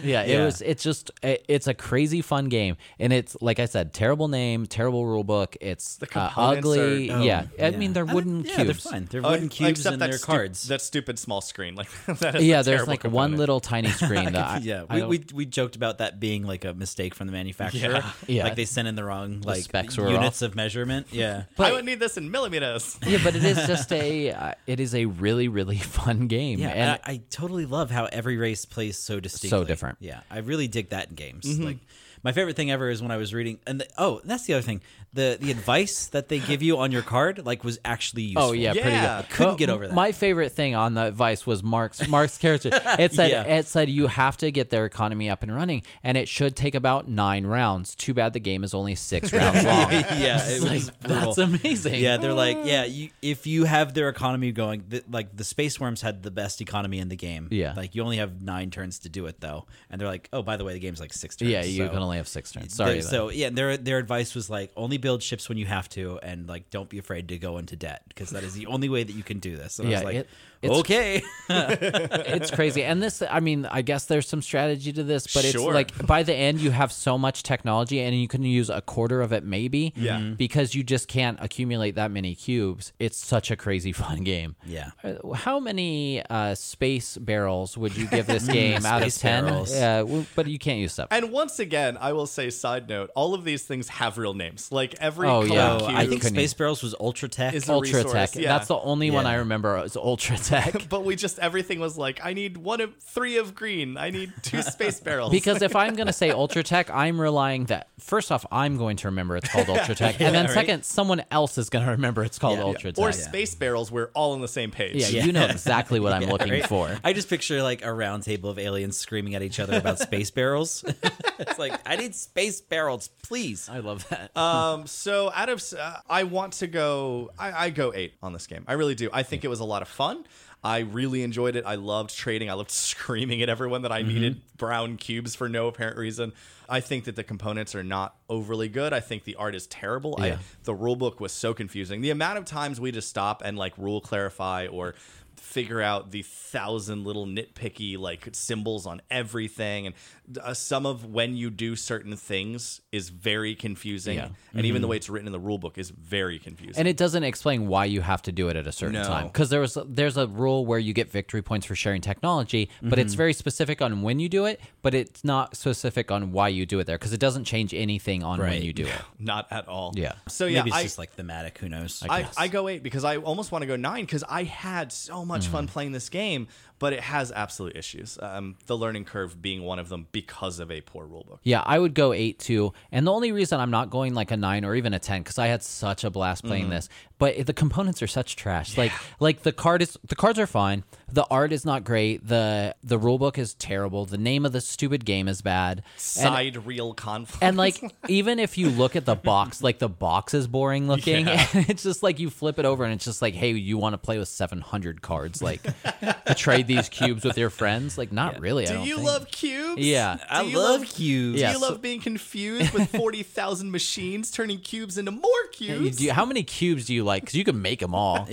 S2: yeah it
S3: Yeah.
S2: was it's just it, it's a crazy fun game and it's like I said terrible name terrible rule book it's
S1: The
S2: uh,
S1: components
S2: ugly
S1: are-
S2: yeah I mean they're
S3: I think-
S2: wooden
S3: oh, yeah,
S2: cubes
S3: They're fine. They're
S1: Oh,
S3: wooden cubes
S1: except
S3: and
S1: that
S3: their
S1: stu-
S3: cards.
S1: that stupid small screen, like that is a
S2: yeah there's
S1: terrible
S2: like one
S1: component.
S2: little tiny screen that
S3: yeah,
S2: I
S3: we,
S2: don't-
S3: we we joked about that being like a mistake from the manufacturer.
S1: Yeah.
S2: Yeah.
S3: like they sent in the wrong like
S2: specs were
S3: units of measurement. Yeah,
S1: I would need this in millimeters.
S2: yeah but it is just a uh, it is a really really fun game
S3: yeah.
S2: and
S3: And I, I totally love how every race plays so distinctly, Mm-hmm.
S2: different.
S3: Yeah, I really dig that in games. Like my favorite thing ever is when I was reading, and the, oh, and that's the other thing. The the advice that they give you on your card like was actually useful.
S2: Oh yeah, pretty
S1: Yeah.
S2: good.
S3: Couldn't
S2: Well,
S3: get over that.
S2: My favorite thing on the Vice was Mark's Mark's character. It said
S3: Yeah.
S2: it said you have to get their economy up and running, and it should take about nine rounds. Too bad the game is only six rounds long.
S3: yeah, it
S2: It's
S3: was
S2: like,
S3: brutal.
S2: that's amazing.
S3: Yeah, they're like, yeah, you, if you have their economy going, th- like the space worms had the best economy in the game.
S2: Yeah.
S3: like you only have nine turns to do it though, and they're like, oh, by the way, the game's like six turns.
S2: yeah, you
S3: so.
S2: can only have six turns. Sorry.
S3: They-
S2: then.
S3: so yeah, their their advice was like, only build ships when you have to, and like don't be afraid to go into debt because that is the only way that you can do this. And I
S2: Yeah,
S3: was like,
S2: it- it's-
S3: okay,
S2: it's crazy. And this, I mean, I guess there's some strategy to this, but it's
S1: Sure.
S2: like by the end, you have so much technology and you can use a quarter of it maybe.
S1: Yeah. Mhm.
S2: Because you just can't accumulate that many cubes. It's such a crazy fun game.
S3: Yeah.
S2: Uh, How many uh, space barrels would you give this game out of
S3: Space
S2: 10?
S3: barrels.
S2: Yeah. w- But you can't use stuff.
S1: And once again, I will say, side note: all of these things have real names. Like every
S2: Oh,
S1: color
S2: yeah.
S3: So
S1: cube.
S3: I think
S2: couldn't
S3: Space Barrels was Ultra Tech.
S1: Is there-
S2: Ultra Tech.
S1: resource, yeah.
S2: That's the only one
S3: Yeah.
S2: I remember is Ultra Tech.
S1: but we just everything was like, I need one of three of green. I need two space barrels.
S2: Because if I'm going to say Ultratech, I'm relying that first off, I'm going to remember it's called Ultratech, and then
S3: right.
S2: second, someone else is going to remember it's called
S3: Yeah.
S2: Ultra
S1: Yeah.
S2: Ultratech.
S1: or
S2: yeah.
S1: space barrels, we're all on the same page.
S2: you know exactly what I'm looking
S3: right?
S2: for.
S3: I just picture like a round table of aliens screaming at each other about space barrels. it's like I need space barrels, please.
S2: I love that.
S1: Um, so out of, uh, I want to go. I, I go eight on this game. I really do. I think it was a lot of fun. I really enjoyed it. I loved trading. I loved screaming at everyone that I needed brown cubes for no apparent reason. I think that the components are not overly good. I think the art is terrible. I,
S2: Yeah.
S1: the rule book was so confusing. The amount of times we just stop and like rule clarify or figure out the thousand little nitpicky like symbols on everything and uh, some of when you do certain things is very confusing
S2: Yeah. Mm-hmm.
S1: and even the way it's written in the rule book is very confusing
S2: and it doesn't explain why you have to do it at a certain
S1: No.
S2: time because there was there's a rule where you get victory points for sharing technology, but it's very specific on when you do it, but it's not specific on why you do it there because it doesn't change anything on when
S3: Right.
S2: you do it.
S1: not at all
S2: Yeah.
S1: so yeah
S3: Maybe it's
S1: I,
S3: just like thematic. Who knows?
S1: I, I go eight because I almost want to go nine because I had so much
S2: Mm-hmm.
S1: fun playing this game, but it has absolute issues. Um, the learning curve being one of them because of a poor rule book.
S2: Yeah, I would go eight two, and the only reason I'm not going like a nine or even a ten because I had such a blast playing this. But it- the components are such trash. Like like the card is the cards are fine. The art is not great. the The rule book is terrible. The name of the stupid game is bad. And-
S1: Side real conflict.
S2: and like even if you look at the box like the box is boring looking
S1: Yeah.
S2: and it's just like you flip it over and it's just like hey you want to play with 700 cards like trade these cubes with your friends like not really I
S1: do
S2: don't
S1: you
S2: think.
S1: love cubes?
S2: Yeah.
S1: Do
S3: I
S1: you
S3: love cubes.
S1: Do
S2: Yeah,
S1: you
S2: so-
S1: love being confused with 40,000 machines turning cubes into more
S2: You
S1: cubes?
S2: do- how many cubes do you like because you can make them all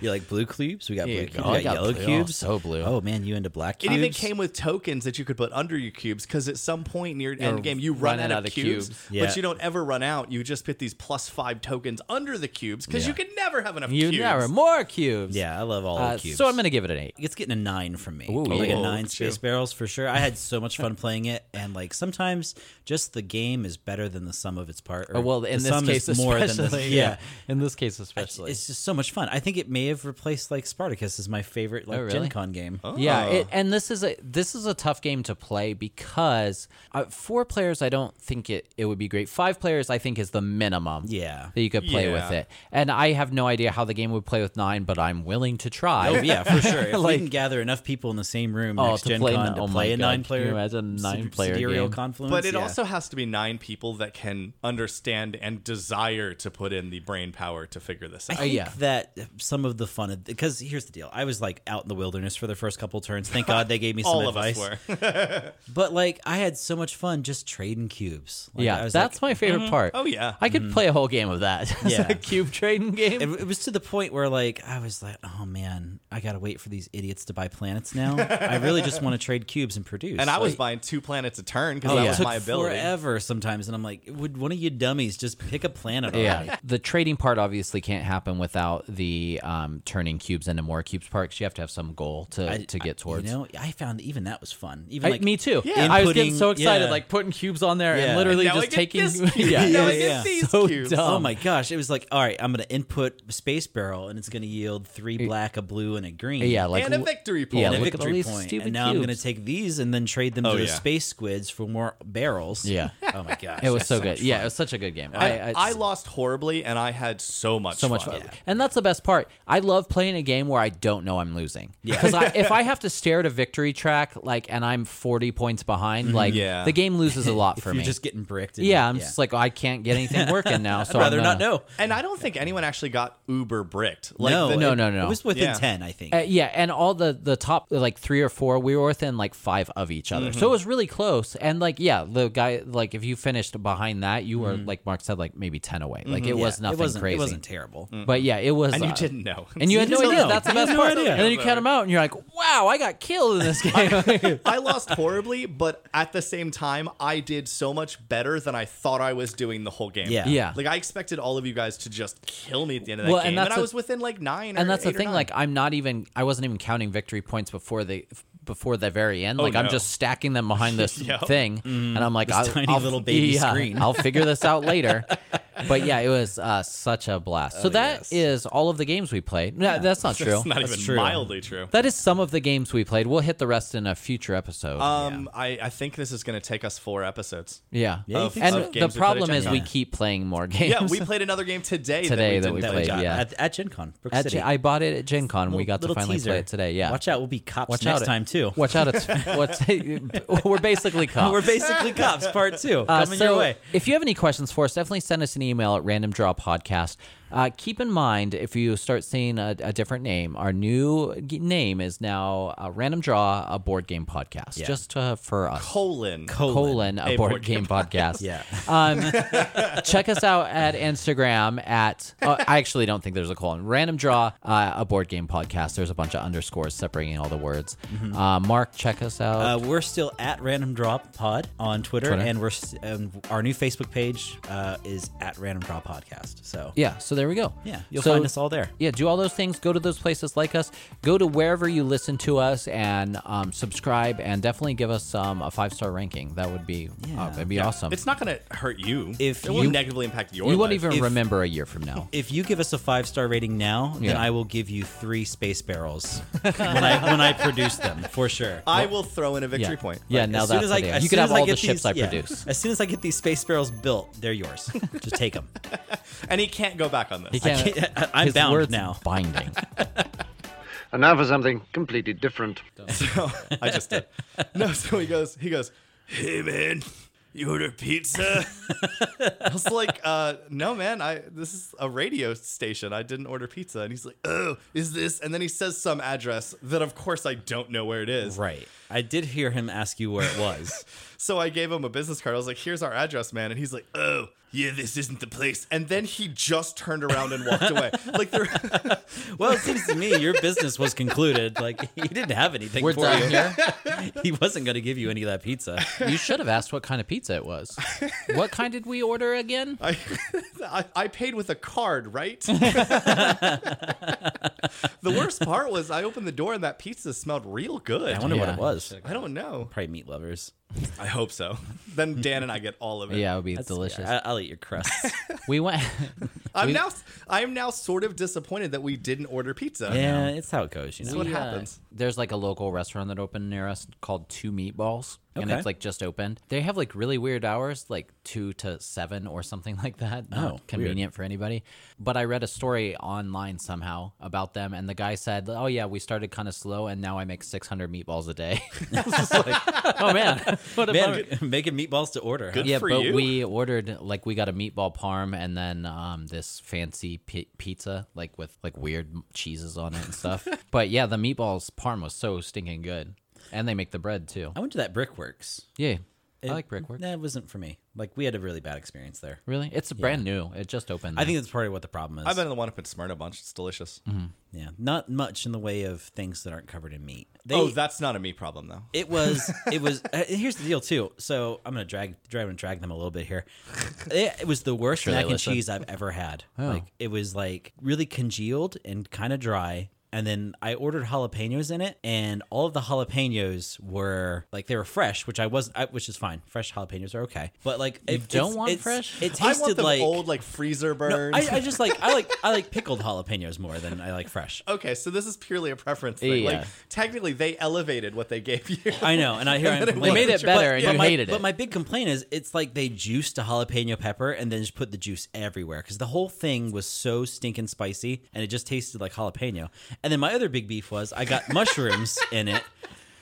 S3: You like blue cubes? We got
S2: Yeah,
S3: blue
S2: oh,
S3: cubes.
S2: I got
S3: We got yellow
S2: blue. Oh,
S3: cubes.
S2: so blue.
S3: Oh man, you into black
S1: It
S3: cubes?
S1: even came with tokens that you could put under your cubes because at some point near end game you run out,
S2: running
S1: of,
S2: out of
S1: cubes,
S2: cubes.
S1: but
S3: Yeah.
S1: you don't ever run out. You just put these plus five tokens under the cubes because you
S2: Yeah.
S1: can never have enough
S2: you
S1: cubes.
S2: never more cubes
S3: Yeah, I love all
S2: Uh,
S3: the cubes.
S2: so I'm gonna give it an eight.
S3: It's getting a nine from me.
S2: Ooh,
S3: like
S2: yeah.
S3: a
S1: Whoa,
S3: nine
S1: look at
S3: space
S1: you.
S3: barrels for sure. I had so much fun playing it, and like sometimes just the game is better than the sum of its part. Or
S2: Oh, well, in
S3: the
S2: this
S3: sum
S2: case,
S3: is more
S2: especially,
S3: than the
S2: yeah. In this case, especially,
S3: It's just so much fun. I think it may have replaced like Spartacus is my favorite like
S2: Oh, really?
S3: Gen Con game.
S2: Yeah,
S1: Oh.
S2: it, and this is a this is a tough game to play because uh, four players I don't think it it would be great. Five players I think is the minimum.
S3: Yeah.
S2: that you could play with
S1: Yeah.
S2: it. And I have no idea how the game would play with nine, but I'm willing to try.
S3: Oh yeah, for sure. If
S2: Like-
S3: we can gather enough people in the same room
S2: Oh,
S3: next
S2: to
S3: Gen
S2: play
S3: Con
S2: n-
S3: to
S2: oh my
S3: play a
S2: God,
S3: nine
S2: can you
S3: player,
S2: imagine a nine-player
S3: sidereal
S2: game?
S3: confluence.
S1: But it
S3: Yeah.
S1: also has to be nine people that can understand and desire to put in the brain power to figure this out.
S3: I think
S2: Oh, yeah.
S3: that some of the fun of because here's the deal. I was like out in the wilderness for the first couple turns. Thank God they gave me some
S1: All of
S3: advice.
S1: us were.
S3: But like I had so much fun just trading cubes. Like, I
S2: yeah,
S3: was
S2: that's
S3: like, Mm-hmm.
S2: my favorite part.
S1: Oh, yeah.
S2: I could play a whole game of that. It's
S3: Yeah.
S2: a cube trading game.
S3: it, it was to the point where like I was like, oh man, I gotta wait for these idiots to buy planets now. I really just want to trade cubes and produce.
S1: And I was
S3: Like,
S1: buying two planets a turn because
S3: oh,
S1: that
S3: yeah.
S1: was
S3: took
S1: my ability.
S3: forever sometimes, and I'm like, would one of you dummies just pick a planet? already?
S2: yeah, the trading part obviously can't happen without the um, turning cubes into more cubes part. 'cause you have to have some goal to, to get towards.
S3: You know, I found even that was fun.
S2: I-
S3: Even like
S2: me too.
S1: Yeah.
S2: I was getting
S3: inputting-
S2: so excited,
S3: yeah.
S2: like putting cubes on there
S3: Yeah.
S2: and literally
S1: Now I
S2: just
S1: get
S2: taking.
S1: this cube.
S2: yeah,
S1: Now I
S3: yeah,
S1: get
S3: yeah.
S1: these
S2: So
S1: cubes.
S2: dumb.
S3: Oh my gosh! It was like, all right, I'm gonna input space barrel, and it's gonna yield three black, a blue, and a green.
S2: Yeah, like
S1: and a
S2: l-
S1: victory point.
S2: yeah,
S3: and a
S2: look at all
S3: victory
S2: these
S3: point.
S2: stupid
S3: And now I'm gonna
S2: cubes.
S3: take these and then trade them
S1: Oh,
S3: to the
S1: yeah.
S3: space squids for more barrels.
S2: Yeah.
S3: oh my gosh,
S2: It was so
S3: much
S2: good.
S3: fun.
S2: Yeah, it was such a good game.
S1: I, I, lost horribly, and I had so much
S2: so much fun. And that's the best part. I love playing a game where I don't know I'm losing. Because if I have to stare at a victory track, like, and I'm 40 points behind, like,
S1: Yeah.
S2: the game loses a lot for
S3: You're
S2: me.
S3: just getting bricked. and-
S2: Mm-hmm. yeah, I'm just like, I can't get anything working now.
S3: I'd
S2: so
S3: rather
S2: I'm uh,
S3: not
S2: gonna-
S3: know.
S1: And I don't think anyone actually got uber bricked. Like
S3: no,
S1: the,
S2: no,
S3: it-
S2: no, no.
S3: It was within
S1: Yeah.
S3: ten, I think.
S2: Uh, yeah, and all the the top like three or four, we were within like five of each other,
S3: Mm-hmm.
S2: so it was really close. And like, yeah, the guy like if you finished behind that, you were like Mark said, like maybe ten away. Like it
S3: Mm-hmm. Yeah,
S2: was nothing
S3: it wasn't,
S2: crazy. Mm.
S3: It wasn't Mm-hmm. terrible.
S2: But yeah, it was.
S1: and you
S2: uh,
S1: didn't know.
S2: and you had no
S3: didn't
S2: idea.
S3: know.
S2: That's the
S3: You had
S2: best
S3: no
S2: part.
S3: idea.
S2: And then you count them out, and you're like, "Wow, I got killed in this game."
S1: I lost horribly, but at the same time, I did so much better than I thought I was doing the whole game.
S3: Yeah.
S2: Yeah.
S1: Like I expected all of you guys to just kill me at the end of that
S2: Well, and
S1: game, and,
S2: that's
S1: I
S2: the-
S1: was within like nine.
S2: and
S1: or
S2: that's the
S1: eight or
S2: thing.
S1: nine.
S2: Like, I'm not even. I wasn't even counting victory points before the before the very end. Like, I'm
S1: no.
S2: just stacking them behind this
S1: Yep.
S2: thing, and I'm like, I'll,
S3: tiny
S2: I'll-
S3: little baby
S2: yeah,
S3: screen.
S2: I'll figure this out later. But yeah, it was uh, such a blast. So that is
S3: yes.
S2: all of the games we played. No, that's not true.
S1: it's not e-,
S3: That's
S1: even
S3: true.
S1: mildly true.
S2: that is some of the games we played. We'll hit the rest in a future episode.
S1: Um, I, I think this is going to take us four episodes.
S2: yeah.
S3: you think
S2: and
S3: so?
S1: Of
S2: the
S1: games we
S2: problem
S1: played at
S2: is we
S1: Gen Con.
S2: keep playing more games.
S1: Yeah, we played another game today.
S2: Today
S1: that we, didn't
S2: that
S3: That
S2: played,
S3: we got
S2: yeah.
S3: at, at Gen Con. Brook
S2: At
S3: City.
S2: Gen- I bought it at Gen Con. we
S3: Little-
S2: got to
S3: little
S2: finally
S3: teaser.
S2: play it today. Yeah.
S3: Watch out, we'll be cops
S2: Watch
S3: next
S2: out.
S3: time too.
S2: Watch out. It's what's we're basically cops.
S3: We're basically cops part two.
S2: Uh,
S3: Coming your way.
S2: if you have any questions for us, definitely send us an email at randomdrawpodcast. Uh, keep in mind, if you start seeing a, a different name, our new g- name is now uh, Random Draw, a board game podcast,
S3: Yeah.
S2: just uh, for us.
S1: colon.
S2: colon, a, board, game, podcast.
S3: Yeah.
S2: Check us out at Instagram at. Uh, I actually don't think there's a colon. Random draw uh, a board game podcast. There's a bunch of underscores separating all the words. Uh, Mark, check us out.
S3: Mm-hmm. Uh, we're still at Random Drop Pod on Twitter,
S2: Twitter.
S3: and we're s- um, our new Facebook page uh, is at Random Drop Podcast. So
S2: yeah. So there we go.
S3: yeah, you'll
S2: So-
S3: find us all there.
S2: Yeah, do all those things. Go to those places like us. Go to wherever you listen to us and um, subscribe and definitely give us um, a five star ranking. That would be uh,
S3: Yeah.
S2: that'd be awesome.
S1: It's not going to hurt you.
S3: If
S1: it won't
S3: you-
S1: negatively impact your
S2: you
S1: life.
S2: won't even
S3: if-
S2: remember a year from now.
S3: If you give us a five star rating now, then
S2: Yeah.
S3: I will give you three space barrels when I when I produce them for sure.
S1: I will throw in a victory
S2: Oh. Yeah.
S1: point.
S2: Yeah,
S3: Like,
S2: now
S3: as soon
S2: that's
S3: as
S2: the
S3: I-
S2: deal.
S3: as
S2: You
S3: soon
S2: could have
S3: as I
S2: all the
S3: get
S2: ships
S3: these-
S2: I
S3: yeah.
S2: produce.
S3: As soon as I get these space barrels built, they're yours. Just take them.
S1: And he can't go back on this.
S2: He can't-
S3: can't- I- I'm
S2: his
S3: bound
S2: word's
S3: now.
S2: Binding.
S4: And now for something completely different.
S1: So I just did. No, so he goes, he goes, hey man, you order pizza? I was like, uh, no man, I this is a radio station. I didn't order pizza. And he's like, oh, is this? And then he says some address that of course I don't know where it is.
S3: Right. I did hear him ask you where it was.
S1: So I gave him a business card. I was like, here's our address, man. And he's like, oh, yeah, this isn't the place. And then he just turned around and walked away. Like there
S3: well, it seems to me your business was concluded. Like he didn't have anything
S2: We're
S3: for
S2: done
S3: you.
S2: here.
S3: He wasn't going to give you any of that pizza.
S2: You should have asked what kind of pizza it was. What kind did we order again?
S3: Uh,
S1: I, I I paid with a card, right? the worst part was I opened the door and that pizza smelled real good.
S3: I wonder what
S2: Yeah.
S3: it was.
S1: I don't know.
S3: Probably meat lovers.
S1: I hope so. then Dan and I get all of it.
S2: Yeah, it would be
S3: That's-
S2: delicious.
S3: I, I'll eat your crusts.
S2: We went
S1: I'm
S2: We-
S1: now I'm now sort of disappointed that we didn't order pizza.
S3: Yeah, it's how it goes, you
S1: That's
S3: know.
S1: what
S2: We, uh,
S1: happens.
S2: there's like a local restaurant that opened near us called Two Meatballs, and
S3: Okay.
S2: it's like just opened. They have like really weird hours, like two to seven or something like that. Not
S3: Oh, weird.
S2: convenient for anybody. But I read a story online somehow about them, and the guy said, "Oh yeah, we started kind of slow, and now I make 600 meatballs a day." I was just like, oh man, what a bummer.
S3: Man, making meatballs to order. huh?
S1: Good
S2: Yeah,
S1: for
S2: but
S1: you.
S2: we ordered like we got a meatball parm and then um, this fancy pi- pizza like with like weird m- cheeses on it and stuff. but yeah, the meatballs parm was so stinking good, and they make the bread too.
S3: I went to that Brickworks.
S2: Yeah,
S3: It-
S2: I like brickwork.
S3: That wasn't for me. Like we had a really bad experience there.
S2: Really, it's brand new. It just opened.
S3: I think that's part of what the problem is.
S1: I've been in the one up in Smyrna a bunch. It's delicious.
S3: yeah, not much in the way of things that aren't covered in meat. They,
S1: oh, that's not a me problem though.
S3: It was. It was. uh, here's the deal, too. So I'm gonna drag, drag, and drag them a little bit here. It, it was the worst
S2: they
S3: mac and
S2: listen. Oh.
S3: cheese I've ever had. Like it was like really congealed and kind of dry. And then I ordered jalapenos in it, and all of the jalapenos were like they were fresh, which I wasn't, I, which is fine. Fresh jalapenos are okay, but like you
S2: don't want fresh?
S3: It tasted
S1: I want them
S3: like
S1: old, like freezer
S3: No,
S1: burned.
S3: I, I just like I like I like pickled jalapenos more than I like fresh.
S1: okay, so this is purely a preference thing.
S2: Yeah.
S1: Like technically, they elevated what they gave you.
S3: I know, and I hear I'm
S1: They
S3: complaining.
S2: made it better and
S3: but
S2: you
S3: my,
S2: hated it.
S3: But my big complaint is it's like they juiced a jalapeno pepper and then just put the juice everywhere because the whole thing was so stinking spicy and it just tasted like jalapeno. And then my other big beef was I got mushrooms in it,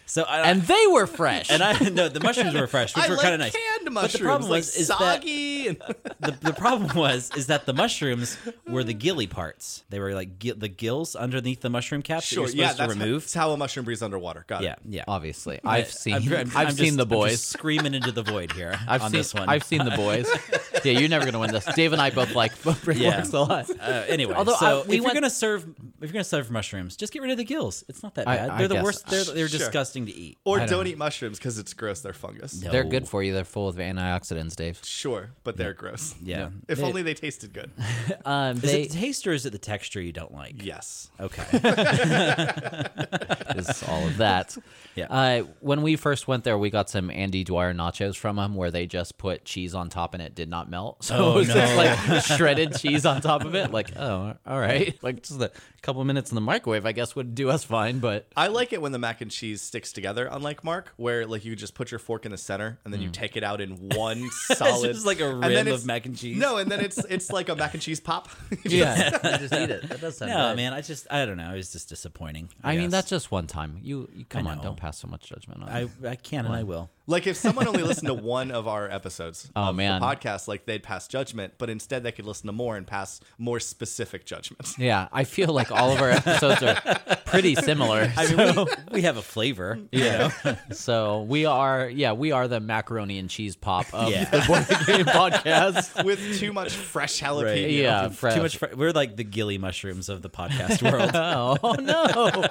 S3: so I
S2: and they were fresh.
S3: and I no the mushrooms were fresh, which
S1: I
S3: were
S1: like
S3: kind of nice.
S1: canned
S3: But
S1: mushrooms,
S3: the problem
S1: like
S3: was is that
S1: soggy. and-
S3: the, the problem was is that the mushrooms were the gilly parts. They were like gi- the gills underneath the mushroom cap
S1: sure,
S3: that you're
S1: yeah,
S3: supposed
S1: that's
S3: to remove.
S1: How, that's how a mushroom breathes underwater. Got
S3: yeah,
S1: it.
S3: yeah.
S2: Obviously, I've
S3: I-
S2: seen. i
S3: I'm- I'm-
S2: have
S3: I'm
S2: seen
S3: just-
S2: the
S3: I'm just
S2: boys.
S3: screaming into the void here.
S2: I've
S3: on
S2: seen.
S3: this one.
S2: I've seen the boys. yeah, you're never gonna win this. Dave and I both like brickworks a lot.
S3: Uh, anyway,
S2: Although,
S3: so
S2: uh, we
S3: if
S2: went-
S3: you're gonna serve, if you're gonna serve mushrooms, just get rid of the gills. It's not that
S2: I-
S3: bad.
S2: I
S3: they're the
S2: guess-
S3: worst. They're, they're
S1: Sure.
S3: disgusting to eat.
S1: Or
S2: I
S1: don't,
S2: don't
S1: eat mushrooms because it's gross. They're fungus.
S3: No.
S2: They're good for you. They're full of antioxidants, Dave.
S1: Sure, but they're gross.
S3: Yeah.
S1: If only they tasted good.
S2: Um,
S3: Is
S2: they,
S3: it the taste or is it the texture you don't like?
S1: Yes.
S3: Okay.
S2: is all of that.
S3: Yeah.
S2: Uh, when we first went there, we got some Andy Dwyer nachos from him, where they just put cheese on top and it did not melt. So it was just like shredded cheese on top of it. Like, oh, all right. Like just a couple minutes in the microwave, I guess would do us fine. But
S1: I like it when the mac and cheese sticks together, unlike Mark, where like you just put your fork in the center and then you take it out in one solid.
S3: Mm. just like a
S1: and
S3: rim
S1: then
S3: of
S1: it's-
S3: mac and cheese.
S1: No, and then it's it's like a mac and cheese pop.
S2: yeah, just eat it. That does sound
S3: no, man. I just I don't know. It was just disappointing.
S2: I mean,
S3: guess.
S2: that's just one time. You, you come on,
S3: know.
S2: don't pass so much judgment on.
S3: I
S2: it.
S3: I can and I will.
S1: like if someone only listened to one of our episodes
S2: Oh,
S1: of
S2: man.
S1: the podcast, like they'd pass judgment, but instead they could listen to more and pass more specific judgments.
S2: Yeah, I feel like all of our episodes are pretty similar.
S3: I mean, we, we have a flavor. Yeah.
S2: So we are, yeah, we are the macaroni and cheese pop of
S3: Yeah.
S2: the Board Game Podcast.
S1: With too much fresh jalapeno.
S3: Right.
S2: Yeah, fresh.
S3: Too much. Fr- we're like the gilly mushrooms of the podcast world.
S2: Oh no!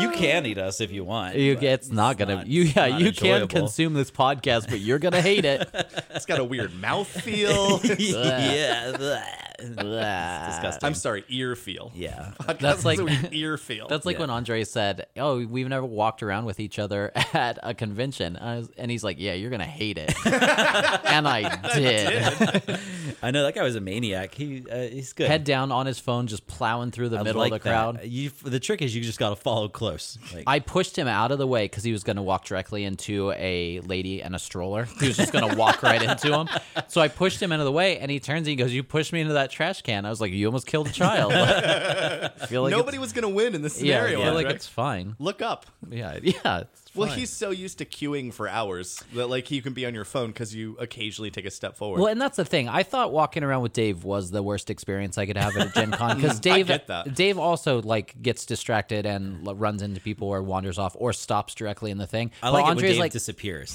S3: you can eat us if you want.
S2: You,
S3: but
S2: it's not gonna.
S3: not-
S2: you
S3: it's
S2: yeah,
S3: not
S2: you
S3: enjoyable.
S2: can consume this podcast, but you're gonna hate it.
S1: It's got a weird mouth feel.
S3: yeah.
S2: disgusting.
S1: I'm sorry, ear feel.
S3: Yeah.
S1: Podcast
S2: That's
S1: is
S2: like-
S1: a weird ear feel.
S2: That's like
S3: Yeah.
S2: when Andre said, "Oh, we've never walked around with each other at a convention," I was, and he's like, "Yeah, you're gonna hate it," and I did.
S3: I know that guy was a maniac. He uh, he's good.
S2: Head down on his phone, just plowing through the
S3: I
S2: middle
S3: like
S2: of the
S3: that.
S2: crowd.
S3: You the trick is you just got to follow close. Like,
S2: I pushed him out of the way because he was going to walk directly into a lady and a stroller. He was just going to walk right into him. So I pushed him out of the way, and he turns and he goes, "You pushed me into that trash can." I was like, "You almost killed a child." I feel like
S1: Nobody was gonna win in this
S2: It's, yeah, I
S1: scenario.
S2: feel like
S1: right?
S2: it's fine.
S1: Look up.
S2: Yeah, yeah. It's
S1: Well,
S2: fine.
S1: he's so used to queuing for hours that like he can be on your phone because you occasionally take a step forward.
S2: Well, and that's the thing. I thought walking around with Dave was the worst experience I could have at a Gen Con because Dave,
S1: get that.
S2: Dave also like gets distracted and l- runs into people or wanders off or stops directly in the thing.
S3: I
S2: But
S3: like it when
S2: Andre's
S3: Dave
S2: like,
S3: disappears.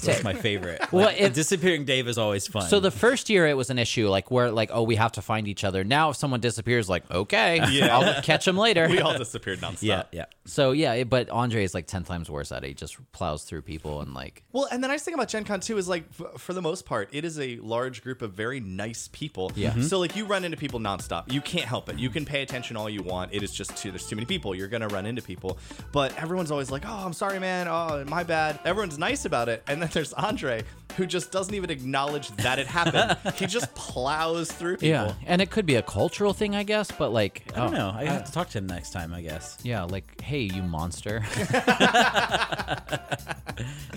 S3: That's my favorite.
S2: Well,
S3: Like,
S2: if-
S3: disappearing Dave is always fun.
S2: So the first year it was an issue, like where like oh we have to find each other. Now if someone disappears, like okay,
S1: Yeah.
S2: I'll catch him later.
S1: we all disappeared nonstop.
S3: yeah yeah.
S2: so yeah, it- but Andre is like ten times worse at it. He just plows through people and like
S1: Well, and the nice thing about Gen Con too is like, f- for the most part, it is a large group of very nice people. Yeah.
S2: Mm-hmm.
S1: So like, you run into people nonstop. You can't help it. You can pay attention all you want. It is just too there's too many people. You're gonna run into people. But everyone's always like, "Oh, I'm sorry, man. Oh, my bad." Everyone's nice about it, and then there's Andre who just doesn't even acknowledge that it happened. he just plows through people.
S2: Yeah, and it could be a cultural thing, I guess. But like, oh,
S3: I don't know. I have to talk to him next time, I guess.
S2: Yeah, like, hey, you monster.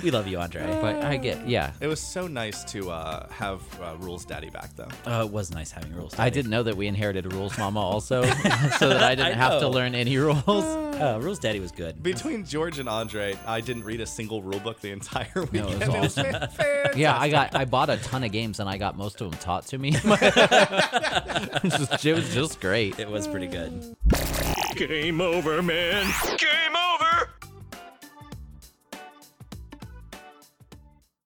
S3: We love you, Andre.
S2: but I get, yeah.
S1: It was so nice to uh, have uh, Rules Daddy back, though.
S3: Oh, it was nice having rules.
S2: I didn't know that we inherited rules, Mama, also, so that I didn't have to
S3: know.
S2: learn any rules.
S3: Uh, rules Daddy was good.
S1: Between George and Andre, I didn't read a single rule book the entire
S2: was
S1: weekend. it was
S2: awesome.
S1: fantastic.
S2: Yeah, I got, I bought a ton of games and I got most of them taught to me. It's just- it was just great.
S3: It was pretty good.
S5: Game over, man. Game over.